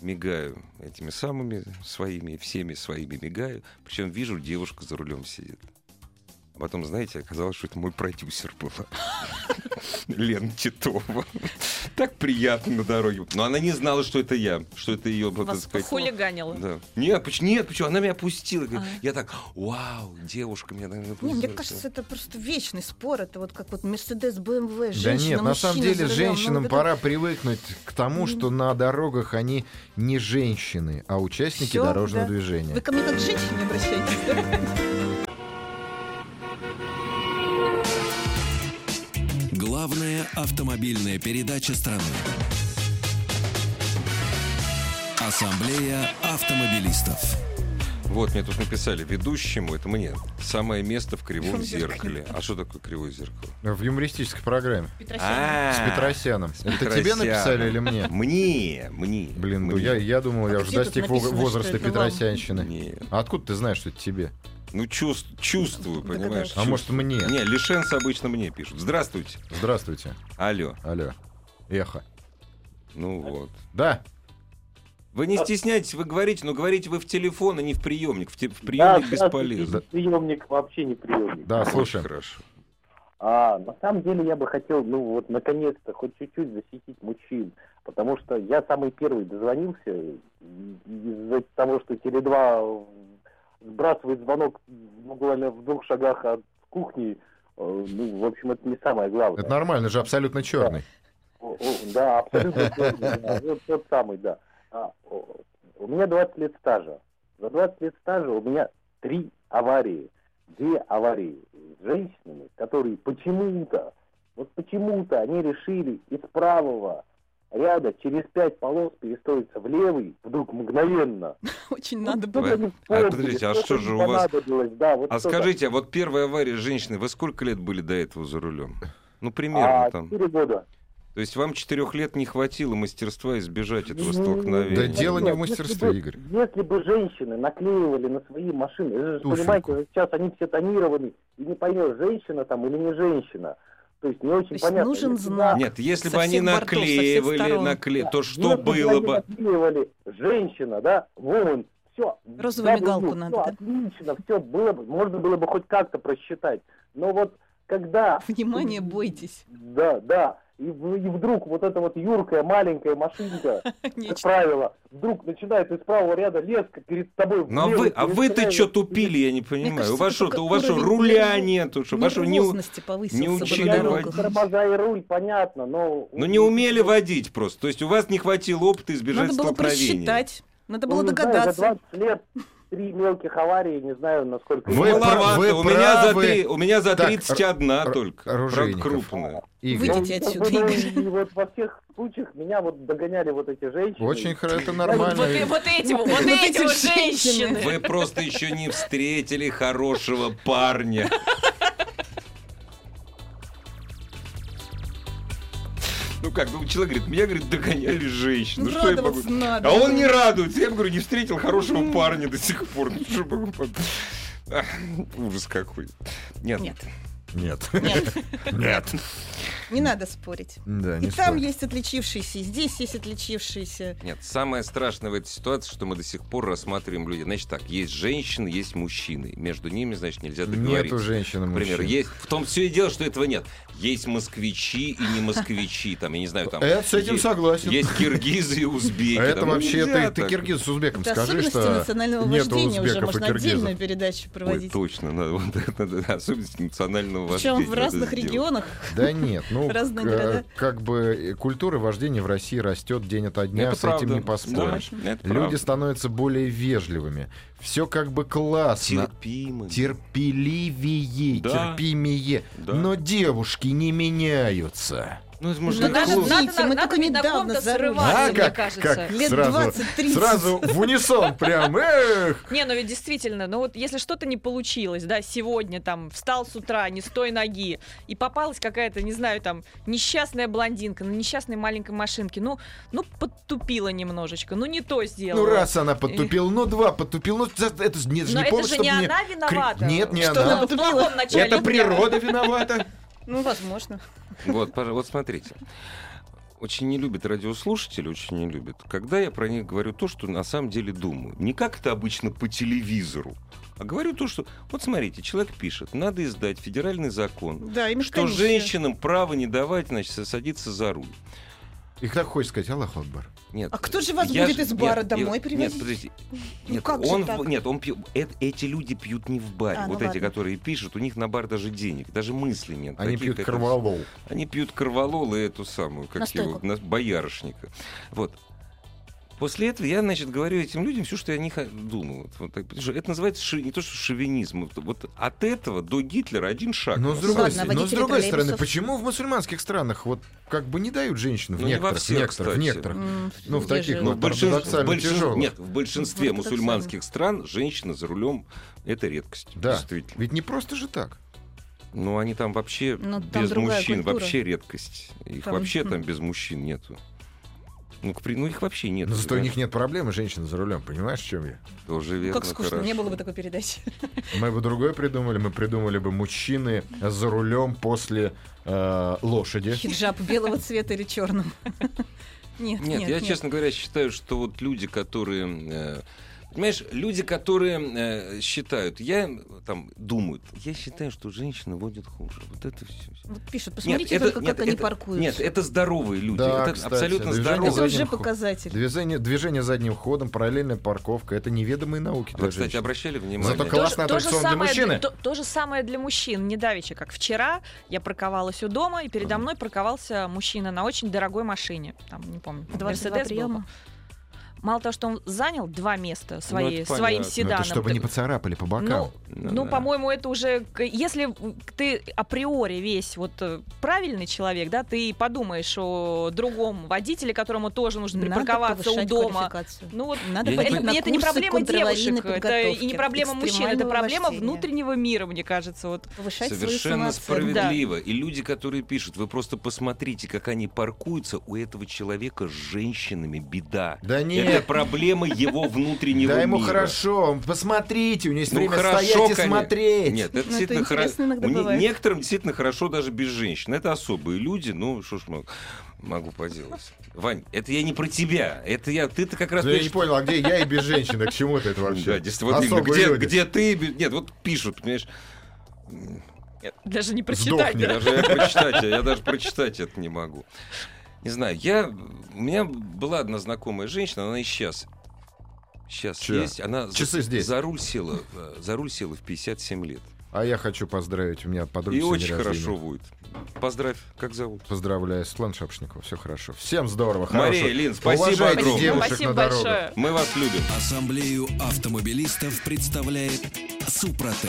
[SPEAKER 1] мигаю этими самыми своими, всеми своими мигаю. Причем вижу, девушка за рулем сидит. А Потом, знаете, оказалось, что это мой продюсер была. Лена Титова. Так приятно на дороге. Но она не знала, что это я, что это ее, так
[SPEAKER 4] Вас
[SPEAKER 1] сказать,
[SPEAKER 9] Хулиганила.
[SPEAKER 1] да. Нет, почему? Нет, почему? Она меня опустила. Я так, вау, девушка меня наверное,
[SPEAKER 4] А. Не, мне
[SPEAKER 1] опустила.
[SPEAKER 4] кажется, это просто вечный спор. Это вот как вот Мерседес, БМВ,
[SPEAKER 2] Да
[SPEAKER 4] женщина,
[SPEAKER 2] нет, на самом
[SPEAKER 4] мужчина
[SPEAKER 2] деле
[SPEAKER 4] за рулем. Ну,
[SPEAKER 2] женщинам
[SPEAKER 4] вот это
[SPEAKER 2] пора привыкнуть к тому, что на дорогах они не женщины, а участники
[SPEAKER 4] всё,
[SPEAKER 2] дорожного
[SPEAKER 4] да.
[SPEAKER 2] движения.
[SPEAKER 4] Вы ко мне как к женщине обращаетесь, да?
[SPEAKER 5] Главная автомобильная передача страны. Ассамблея автомобилистов.
[SPEAKER 1] Вот, мне тут написали ведущему, это мне, самое место в кривом зеркале. А что такое кривое зеркало?
[SPEAKER 2] В юмористической программе.
[SPEAKER 1] А,
[SPEAKER 2] С Петросяном. Это тебе
[SPEAKER 1] Петросяном.
[SPEAKER 2] написали или мне?
[SPEAKER 1] Мне, мне.
[SPEAKER 2] Блин, ну
[SPEAKER 1] мне.
[SPEAKER 2] я, я думал,
[SPEAKER 4] А
[SPEAKER 2] я
[SPEAKER 4] где
[SPEAKER 2] уже
[SPEAKER 4] тут
[SPEAKER 2] достиг во-
[SPEAKER 4] написано, что
[SPEAKER 2] возраста
[SPEAKER 4] это вам?
[SPEAKER 2] Петросянщины.
[SPEAKER 1] Нет.
[SPEAKER 2] А откуда ты знаешь, что это тебе?
[SPEAKER 1] Ну, чувс- чувствую,
[SPEAKER 4] Догадалась.
[SPEAKER 1] понимаешь?
[SPEAKER 2] А может, мне?
[SPEAKER 1] чувствую. Не, лишенцы обычно мне пишут. Здравствуйте.
[SPEAKER 2] Здравствуйте.
[SPEAKER 1] Алло.
[SPEAKER 2] Алло. Эхо.
[SPEAKER 1] Ну вот.
[SPEAKER 2] Да.
[SPEAKER 1] Вы Вы не стесняйтесь, вы говорите, но говорите вы в телефон, а не в приемник. В, те- в приемник бесполезно.
[SPEAKER 10] Приемник вообще не приемник.
[SPEAKER 2] Да, слушаем.
[SPEAKER 1] Очень хорошо.
[SPEAKER 10] А, на самом деле я бы хотел, ну вот, наконец-то, хоть чуть-чуть защитить мужчин. Потому что я самый первый дозвонился и- и из-за того, что Теле2 сбрасывает звонок буквально в двух шагах от кухни. Э, Ну, в общем, это не самое главное.
[SPEAKER 2] Это нормально же, абсолютно черный.
[SPEAKER 10] О, о, Да, абсолютно точно, да. Вот тот самый, да. А, о, У меня 20 лет стажа. За 20 лет стажа у меня три аварии. Две аварии с женщинами, которые почему-то, вот почему-то они решили из правого ряда через пять полос перестроиться в левый, вдруг мгновенно.
[SPEAKER 4] Очень надо
[SPEAKER 10] Вот
[SPEAKER 4] было.
[SPEAKER 10] они в
[SPEAKER 1] А,
[SPEAKER 10] поезде,
[SPEAKER 1] подождите, а
[SPEAKER 10] что-то
[SPEAKER 1] что же у вас-
[SPEAKER 10] понадобилось, да, вот
[SPEAKER 1] А
[SPEAKER 10] что-то.
[SPEAKER 1] скажите, а вот первая авария женщины, вы сколько лет были до этого за рулем? Ну, примерно
[SPEAKER 10] а,
[SPEAKER 1] там.
[SPEAKER 10] четыре года.
[SPEAKER 1] То есть вам четырех лет не хватило мастерства избежать этого
[SPEAKER 10] Ну,
[SPEAKER 1] столкновения?
[SPEAKER 2] Да дело не в
[SPEAKER 10] Нет, если
[SPEAKER 2] мастерстве,
[SPEAKER 10] бы-
[SPEAKER 2] Игорь.
[SPEAKER 10] Если бы женщины наклеивали на свои машины, вы же
[SPEAKER 2] Туфельку.
[SPEAKER 10] понимаете, сейчас они все тонированы, и не поймешь, женщина там или не женщина. То есть не очень
[SPEAKER 4] есть
[SPEAKER 10] понятно.
[SPEAKER 4] нужен
[SPEAKER 10] Если бы-
[SPEAKER 4] знак.
[SPEAKER 1] Нет, если
[SPEAKER 4] Со
[SPEAKER 1] бы они
[SPEAKER 4] всех бортов, со всех
[SPEAKER 1] наклеивали,
[SPEAKER 4] сторон. ну,
[SPEAKER 1] накле... то
[SPEAKER 10] Если
[SPEAKER 1] что было
[SPEAKER 10] они
[SPEAKER 1] бы?
[SPEAKER 10] наклеивали женщина, да, woman, все.
[SPEAKER 4] Розовую мигалку надо, да?
[SPEAKER 10] Отлично, все было бы, можно было бы хоть как-то просчитать. Но вот когда
[SPEAKER 4] Внимание, бойтесь.
[SPEAKER 10] да, да. И, в- и вдруг вот эта вот юркая маленькая машинка, как правило, вдруг начинает из правого ряда лезть перед тобой.
[SPEAKER 1] Ну а вы, а вы-то что
[SPEAKER 10] что
[SPEAKER 1] тупили, я не понимаю. у
[SPEAKER 4] кажется,
[SPEAKER 1] вас что,
[SPEAKER 4] только
[SPEAKER 1] то- у вас что,
[SPEAKER 4] уровень
[SPEAKER 1] руля
[SPEAKER 4] нерв-
[SPEAKER 1] нету, что, у вас что, не, у-
[SPEAKER 4] Нервозности повысился
[SPEAKER 1] не
[SPEAKER 4] бы на
[SPEAKER 1] учили
[SPEAKER 4] дорогах.
[SPEAKER 1] водить.
[SPEAKER 10] Тормоза и руль, понятно, но...
[SPEAKER 1] ну не умели водить просто. То есть у вас не хватило опыта избежать
[SPEAKER 4] Надо было
[SPEAKER 1] столкновения.
[SPEAKER 4] просчитать. Надо
[SPEAKER 10] Ну,
[SPEAKER 4] было
[SPEAKER 10] не знаю,
[SPEAKER 4] догадаться.
[SPEAKER 10] за 20 лет три мелких аварии, не знаю, насколько...
[SPEAKER 2] Вы
[SPEAKER 10] Ну,
[SPEAKER 2] пра-
[SPEAKER 1] Маловато,
[SPEAKER 2] вы
[SPEAKER 1] у меня за
[SPEAKER 2] правы.
[SPEAKER 1] три, у меня за
[SPEAKER 2] Так,
[SPEAKER 1] 31
[SPEAKER 2] Р-
[SPEAKER 1] только.
[SPEAKER 2] Ружейников.
[SPEAKER 1] крупная.
[SPEAKER 2] Игорь,
[SPEAKER 4] Выйдите отсюда,
[SPEAKER 10] ну,
[SPEAKER 4] Игорь.
[SPEAKER 10] и вот во всех случаях меня вот догоняли вот эти женщины.
[SPEAKER 2] очень хорошо, это
[SPEAKER 9] Вот, э-
[SPEAKER 2] нормально.
[SPEAKER 9] вот эти вот,
[SPEAKER 4] Вот
[SPEAKER 9] вот эти
[SPEAKER 4] эти
[SPEAKER 9] вот
[SPEAKER 4] женщины.
[SPEAKER 9] женщины.
[SPEAKER 1] Вы просто еще не встретили хорошего парня. Ну как, ну человек говорит, меня, говорит, догоняли женщины. Ну что я могу?
[SPEAKER 4] Радоваться надо.
[SPEAKER 1] А он не радуется. Я ему говорю, не встретил хорошего парня до сих пор. Ну, что могу под- Ах, Ужас какой. Нет.
[SPEAKER 4] Нет.
[SPEAKER 2] Нет.
[SPEAKER 4] Нет,
[SPEAKER 2] Нет.
[SPEAKER 4] не надо спорить.
[SPEAKER 2] Да,
[SPEAKER 4] И
[SPEAKER 2] не
[SPEAKER 4] там
[SPEAKER 2] стоит.
[SPEAKER 4] есть отличившиеся, и здесь есть отличившиеся.
[SPEAKER 1] Нет, самое страшное в этой ситуации, что мы до сих пор рассматриваем людей. Значит так, есть женщины, есть мужчины. Между ними, значит, нельзя договориться.
[SPEAKER 2] Нету женщин и
[SPEAKER 1] Например,
[SPEAKER 2] мужчин.
[SPEAKER 1] есть, в том все и дело, что этого нет. Есть москвичи и не москвичи, там, я не знаю, там...
[SPEAKER 2] Э, с этим
[SPEAKER 1] е-
[SPEAKER 2] согласен.
[SPEAKER 1] Есть киргизы и узбеки.
[SPEAKER 2] А это
[SPEAKER 1] там, ну,
[SPEAKER 2] вообще
[SPEAKER 1] нельзя
[SPEAKER 2] ты, ты
[SPEAKER 1] так.
[SPEAKER 2] киргиз с узбеком
[SPEAKER 4] Это
[SPEAKER 2] скажи,
[SPEAKER 4] особенности
[SPEAKER 2] что
[SPEAKER 4] национального
[SPEAKER 2] нету
[SPEAKER 4] вождения уже.
[SPEAKER 2] узбеков и
[SPEAKER 4] Можно
[SPEAKER 2] киргизов.
[SPEAKER 4] отдельную передачу
[SPEAKER 1] Ой,
[SPEAKER 4] проводить.
[SPEAKER 1] точно, надо, вот это надо, особенности национального
[SPEAKER 4] Причем
[SPEAKER 1] вождения
[SPEAKER 4] в
[SPEAKER 1] надо
[SPEAKER 4] разных
[SPEAKER 1] сделать.
[SPEAKER 4] регионах.
[SPEAKER 2] Да нет, ну
[SPEAKER 4] Разные
[SPEAKER 2] к-
[SPEAKER 4] города.
[SPEAKER 2] как бы э, культура вождения в России растет день ото дня,
[SPEAKER 1] Это
[SPEAKER 2] с
[SPEAKER 1] правда.
[SPEAKER 2] этим не поспоришь.
[SPEAKER 1] Да, это
[SPEAKER 2] Люди
[SPEAKER 1] правда.
[SPEAKER 2] становятся более вежливыми. Все как бы классно.
[SPEAKER 1] терпимы.
[SPEAKER 2] Терпеливее,
[SPEAKER 1] Да.
[SPEAKER 2] терпимее.
[SPEAKER 1] Да.
[SPEAKER 2] Но девушки не меняются.
[SPEAKER 1] Ну, это
[SPEAKER 4] Ну,
[SPEAKER 1] может,
[SPEAKER 4] и
[SPEAKER 9] надо,
[SPEAKER 4] клуб.
[SPEAKER 1] классно.
[SPEAKER 9] надо,
[SPEAKER 4] Видите, мы
[SPEAKER 9] надо
[SPEAKER 4] только
[SPEAKER 9] ведь на
[SPEAKER 4] недавно
[SPEAKER 9] ком-то
[SPEAKER 4] за рулем.
[SPEAKER 9] срываться,
[SPEAKER 4] А,
[SPEAKER 9] мне кажется.
[SPEAKER 4] Лет
[SPEAKER 2] сразу,
[SPEAKER 4] 20-30.
[SPEAKER 2] сразу в унисон прям, эх!
[SPEAKER 9] Не, ну ведь действительно, ну вот если что-то не получилось, да, сегодня там встал с утра не с той ноги, и попалась какая-то, не знаю, там, несчастная блондинка на несчастной маленькой машинке, ну, ну подтупила немножечко, ну не то сделала.
[SPEAKER 2] Ну раз она подтупила, ну два подтупила, ну за- это же не, это же
[SPEAKER 9] Но
[SPEAKER 2] не
[SPEAKER 9] это
[SPEAKER 2] повод,
[SPEAKER 9] же
[SPEAKER 2] чтобы
[SPEAKER 9] не
[SPEAKER 2] мне
[SPEAKER 9] она виновата.
[SPEAKER 2] Нет, не
[SPEAKER 9] что
[SPEAKER 2] она.
[SPEAKER 9] в плохом начале
[SPEAKER 2] Это
[SPEAKER 9] дня.
[SPEAKER 2] природа виновата.
[SPEAKER 4] Ну, возможно.
[SPEAKER 1] Вот, пожа- вот смотрите. Очень не любят радиослушатели, очень не любят, когда я про них говорю то, что на самом деле думаю. Не как это обычно по телевизору, а говорю то, что... Вот смотрите, человек пишет, надо издать федеральный закон,
[SPEAKER 4] Да, и
[SPEAKER 1] что
[SPEAKER 4] межконечная.
[SPEAKER 1] женщинам право не давать, значит, садиться за руль.
[SPEAKER 2] И так хочешь сказать, Аллах Акбар.
[SPEAKER 1] Нет.
[SPEAKER 4] А кто же вас
[SPEAKER 1] я
[SPEAKER 4] будет из бара домой
[SPEAKER 1] я-
[SPEAKER 4] привозить?
[SPEAKER 1] Нет, подождите.
[SPEAKER 4] Ну
[SPEAKER 1] Нет,
[SPEAKER 4] как же
[SPEAKER 1] он, в-
[SPEAKER 4] так?
[SPEAKER 1] нет, он пью- э- эти люди пьют не в баре.
[SPEAKER 4] А, ну
[SPEAKER 1] вот эти,
[SPEAKER 4] ладно.
[SPEAKER 1] которые пишут, у них на бар даже денег, даже мысли нет.
[SPEAKER 2] Они
[SPEAKER 1] Таких,
[SPEAKER 2] пьют
[SPEAKER 1] как это-
[SPEAKER 2] корвалол.
[SPEAKER 1] Они пьют корвалол и эту самую, как
[SPEAKER 4] Настойку.
[SPEAKER 1] его, на- боярышника. Вот. После этого я, значит, говорю этим людям все, что я о них думал. Вот, вот так, потому что это называется ши- не то, что шовинизм. Вот, вот от этого до Гитлера один шаг.
[SPEAKER 2] Но
[SPEAKER 1] на
[SPEAKER 2] Ну, с
[SPEAKER 1] самом
[SPEAKER 2] другой,
[SPEAKER 4] Ладно,
[SPEAKER 2] с- но с
[SPEAKER 4] водители
[SPEAKER 2] другой стороны,
[SPEAKER 4] троллейбусов.
[SPEAKER 2] почему в мусульманских странах вот как бы не дают женщин в
[SPEAKER 1] Ну, не во
[SPEAKER 2] некоторых,
[SPEAKER 1] всех,
[SPEAKER 2] в некоторых, в
[SPEAKER 1] кстати.
[SPEAKER 2] некоторых?
[SPEAKER 4] М,
[SPEAKER 2] Ну, в
[SPEAKER 4] где
[SPEAKER 2] таких,
[SPEAKER 4] же
[SPEAKER 1] Ну,
[SPEAKER 2] Вот
[SPEAKER 1] в большин-
[SPEAKER 2] ортодоксально
[SPEAKER 1] в большин-
[SPEAKER 2] тяжело.
[SPEAKER 1] Нет, в большинстве
[SPEAKER 4] Ну, ортодоксально.
[SPEAKER 1] мусульманских стран женщина за рулем это редкость.
[SPEAKER 2] Да.
[SPEAKER 1] Действительно.
[SPEAKER 2] Ведь не просто же так.
[SPEAKER 1] Ну, они там вообще
[SPEAKER 4] Ну, там
[SPEAKER 1] без
[SPEAKER 4] другая
[SPEAKER 1] мужчин,
[SPEAKER 4] культура.
[SPEAKER 1] вообще редкость. Их
[SPEAKER 4] Там,
[SPEAKER 1] вообще
[SPEAKER 4] м.
[SPEAKER 1] там без мужчин нету. Ну, к при- ну, их вообще нет.
[SPEAKER 2] Но зато у
[SPEAKER 1] понимаешь?
[SPEAKER 2] них нет проблемы, женщина за рулем, понимаешь, в чем я?
[SPEAKER 1] Тоже
[SPEAKER 4] Ну,
[SPEAKER 1] верно,
[SPEAKER 4] Как скучно,
[SPEAKER 1] хорошо.
[SPEAKER 4] не было бы такой передачи.
[SPEAKER 2] Мы бы другое придумали, мы придумали бы мужчины за рулем после э, лошади.
[SPEAKER 4] Хиджаб белого цвета или черным. Нет,
[SPEAKER 1] Нет,
[SPEAKER 4] нет,
[SPEAKER 1] я,
[SPEAKER 4] нет.
[SPEAKER 1] честно говоря, считаю, что вот люди, которые... э, Понимаешь, люди, которые э, считают, я э, там думают, я считаю, что женщины водят хуже. Вот это все.
[SPEAKER 4] Вот пишут, посмотрите
[SPEAKER 1] это-
[SPEAKER 4] только,
[SPEAKER 1] нет,
[SPEAKER 4] как они
[SPEAKER 1] это-
[SPEAKER 4] паркуются.
[SPEAKER 1] Нет, это здоровые люди.
[SPEAKER 2] Да,
[SPEAKER 1] это
[SPEAKER 2] кстати,
[SPEAKER 1] абсолютно
[SPEAKER 2] движение
[SPEAKER 1] здоровые.
[SPEAKER 4] это
[SPEAKER 2] задним
[SPEAKER 4] уже
[SPEAKER 2] ходом.
[SPEAKER 4] показатель.
[SPEAKER 2] Движение, движение задним ходом, параллельная парковка. Это неведомые науки
[SPEAKER 1] А Вы,
[SPEAKER 2] для
[SPEAKER 1] кстати,
[SPEAKER 2] женщин.
[SPEAKER 1] обращали внимание?
[SPEAKER 2] Зато
[SPEAKER 3] То же-
[SPEAKER 2] классный
[SPEAKER 3] то же
[SPEAKER 2] аттракцион для
[SPEAKER 3] самое для-
[SPEAKER 2] мужчины.
[SPEAKER 3] То то же самое для мужчин. Недавеча, как вчера, я парковалась у дома, и передо мной парковался мужчина на очень дорогой машине. Там, не помню,
[SPEAKER 4] 22
[SPEAKER 3] Мерседес был.
[SPEAKER 4] приема.
[SPEAKER 3] Мало того, что он занял два места своей,
[SPEAKER 1] это
[SPEAKER 3] своим
[SPEAKER 1] понятно.
[SPEAKER 2] Ну, это
[SPEAKER 3] седаном.
[SPEAKER 2] чтобы не поцарапали по бокам.
[SPEAKER 1] Ну,
[SPEAKER 3] Ну,
[SPEAKER 1] да.
[SPEAKER 3] по-моему, это уже, к- если ты априори весь вот э, правильный человек, да, ты подумаешь о другом водителе, которому тоже нужно
[SPEAKER 4] Надо
[SPEAKER 3] припарковаться у
[SPEAKER 4] повышать
[SPEAKER 3] дома.
[SPEAKER 4] квалификацию.
[SPEAKER 3] Ну вот,
[SPEAKER 4] Надо
[SPEAKER 3] это,
[SPEAKER 1] Я не
[SPEAKER 4] ходить на
[SPEAKER 3] это не
[SPEAKER 4] курсы
[SPEAKER 3] проблема
[SPEAKER 4] контраварийной
[SPEAKER 3] девушек, это и не
[SPEAKER 4] подготовки,
[SPEAKER 3] проблема мужчин, это
[SPEAKER 4] экстремального
[SPEAKER 3] проблема
[SPEAKER 4] вождения.
[SPEAKER 3] внутреннего мира, мне кажется. Вот.
[SPEAKER 4] Повышать свою
[SPEAKER 1] Совершенно
[SPEAKER 4] самооценку.
[SPEAKER 1] справедливо. И люди, которые пишут, вы просто посмотрите, как они паркуются, у этого человека с женщинами беда.
[SPEAKER 2] Да
[SPEAKER 1] Это
[SPEAKER 2] нет,
[SPEAKER 1] проблема его внутреннего
[SPEAKER 2] да ему
[SPEAKER 1] мира.
[SPEAKER 2] хорошо. он- Посмотрите, у него есть
[SPEAKER 1] Ну,
[SPEAKER 2] время
[SPEAKER 1] хорошо,
[SPEAKER 2] стоять и
[SPEAKER 1] конечно.
[SPEAKER 2] смотреть.
[SPEAKER 1] Нет, это
[SPEAKER 4] Ну, это
[SPEAKER 1] действительно
[SPEAKER 4] интересно
[SPEAKER 1] хорошо.
[SPEAKER 4] иногда бывает.
[SPEAKER 1] Некоторым действительно хорошо даже без женщин. Это особые люди, ну что ж мо- могу поделать. Вань, это я не про тебя. Это я, ты-то как раз...
[SPEAKER 2] Ну, я не понял, а где я и без женщины? К чему это вообще?
[SPEAKER 1] Да, действительно, вот именно,
[SPEAKER 2] Особые
[SPEAKER 1] где,
[SPEAKER 2] люди.
[SPEAKER 1] где ты... Нет, вот пишут, понимаешь.
[SPEAKER 3] Даже не прочитать.
[SPEAKER 2] Сдохни.
[SPEAKER 3] да.
[SPEAKER 1] Даже я прочитать, я даже прочитать это не могу. Не знаю, я, у меня была одна знакомая женщина, она и сейчас. Сейчас
[SPEAKER 2] Чё?
[SPEAKER 1] есть. Она за-
[SPEAKER 2] Часы здесь.
[SPEAKER 1] за руль села, э, за руль села в 57 лет.
[SPEAKER 2] А я хочу поздравить, у меня подруга
[SPEAKER 1] И
[SPEAKER 2] сегодня
[SPEAKER 1] очень
[SPEAKER 2] рождение.
[SPEAKER 1] хорошо будет. Поздравь, как зовут?
[SPEAKER 2] Поздравляю, Светлана Шапшникова, все хорошо. Всем здорово,
[SPEAKER 1] Мария,
[SPEAKER 2] хорошо.
[SPEAKER 1] Лин, спасибо
[SPEAKER 2] Уважайте
[SPEAKER 1] огромное.
[SPEAKER 2] девушек
[SPEAKER 3] Спасибо
[SPEAKER 2] на дорогах.
[SPEAKER 3] большое.
[SPEAKER 1] Мы вас любим.
[SPEAKER 5] Ассамблею автомобилистов представляет Супротек.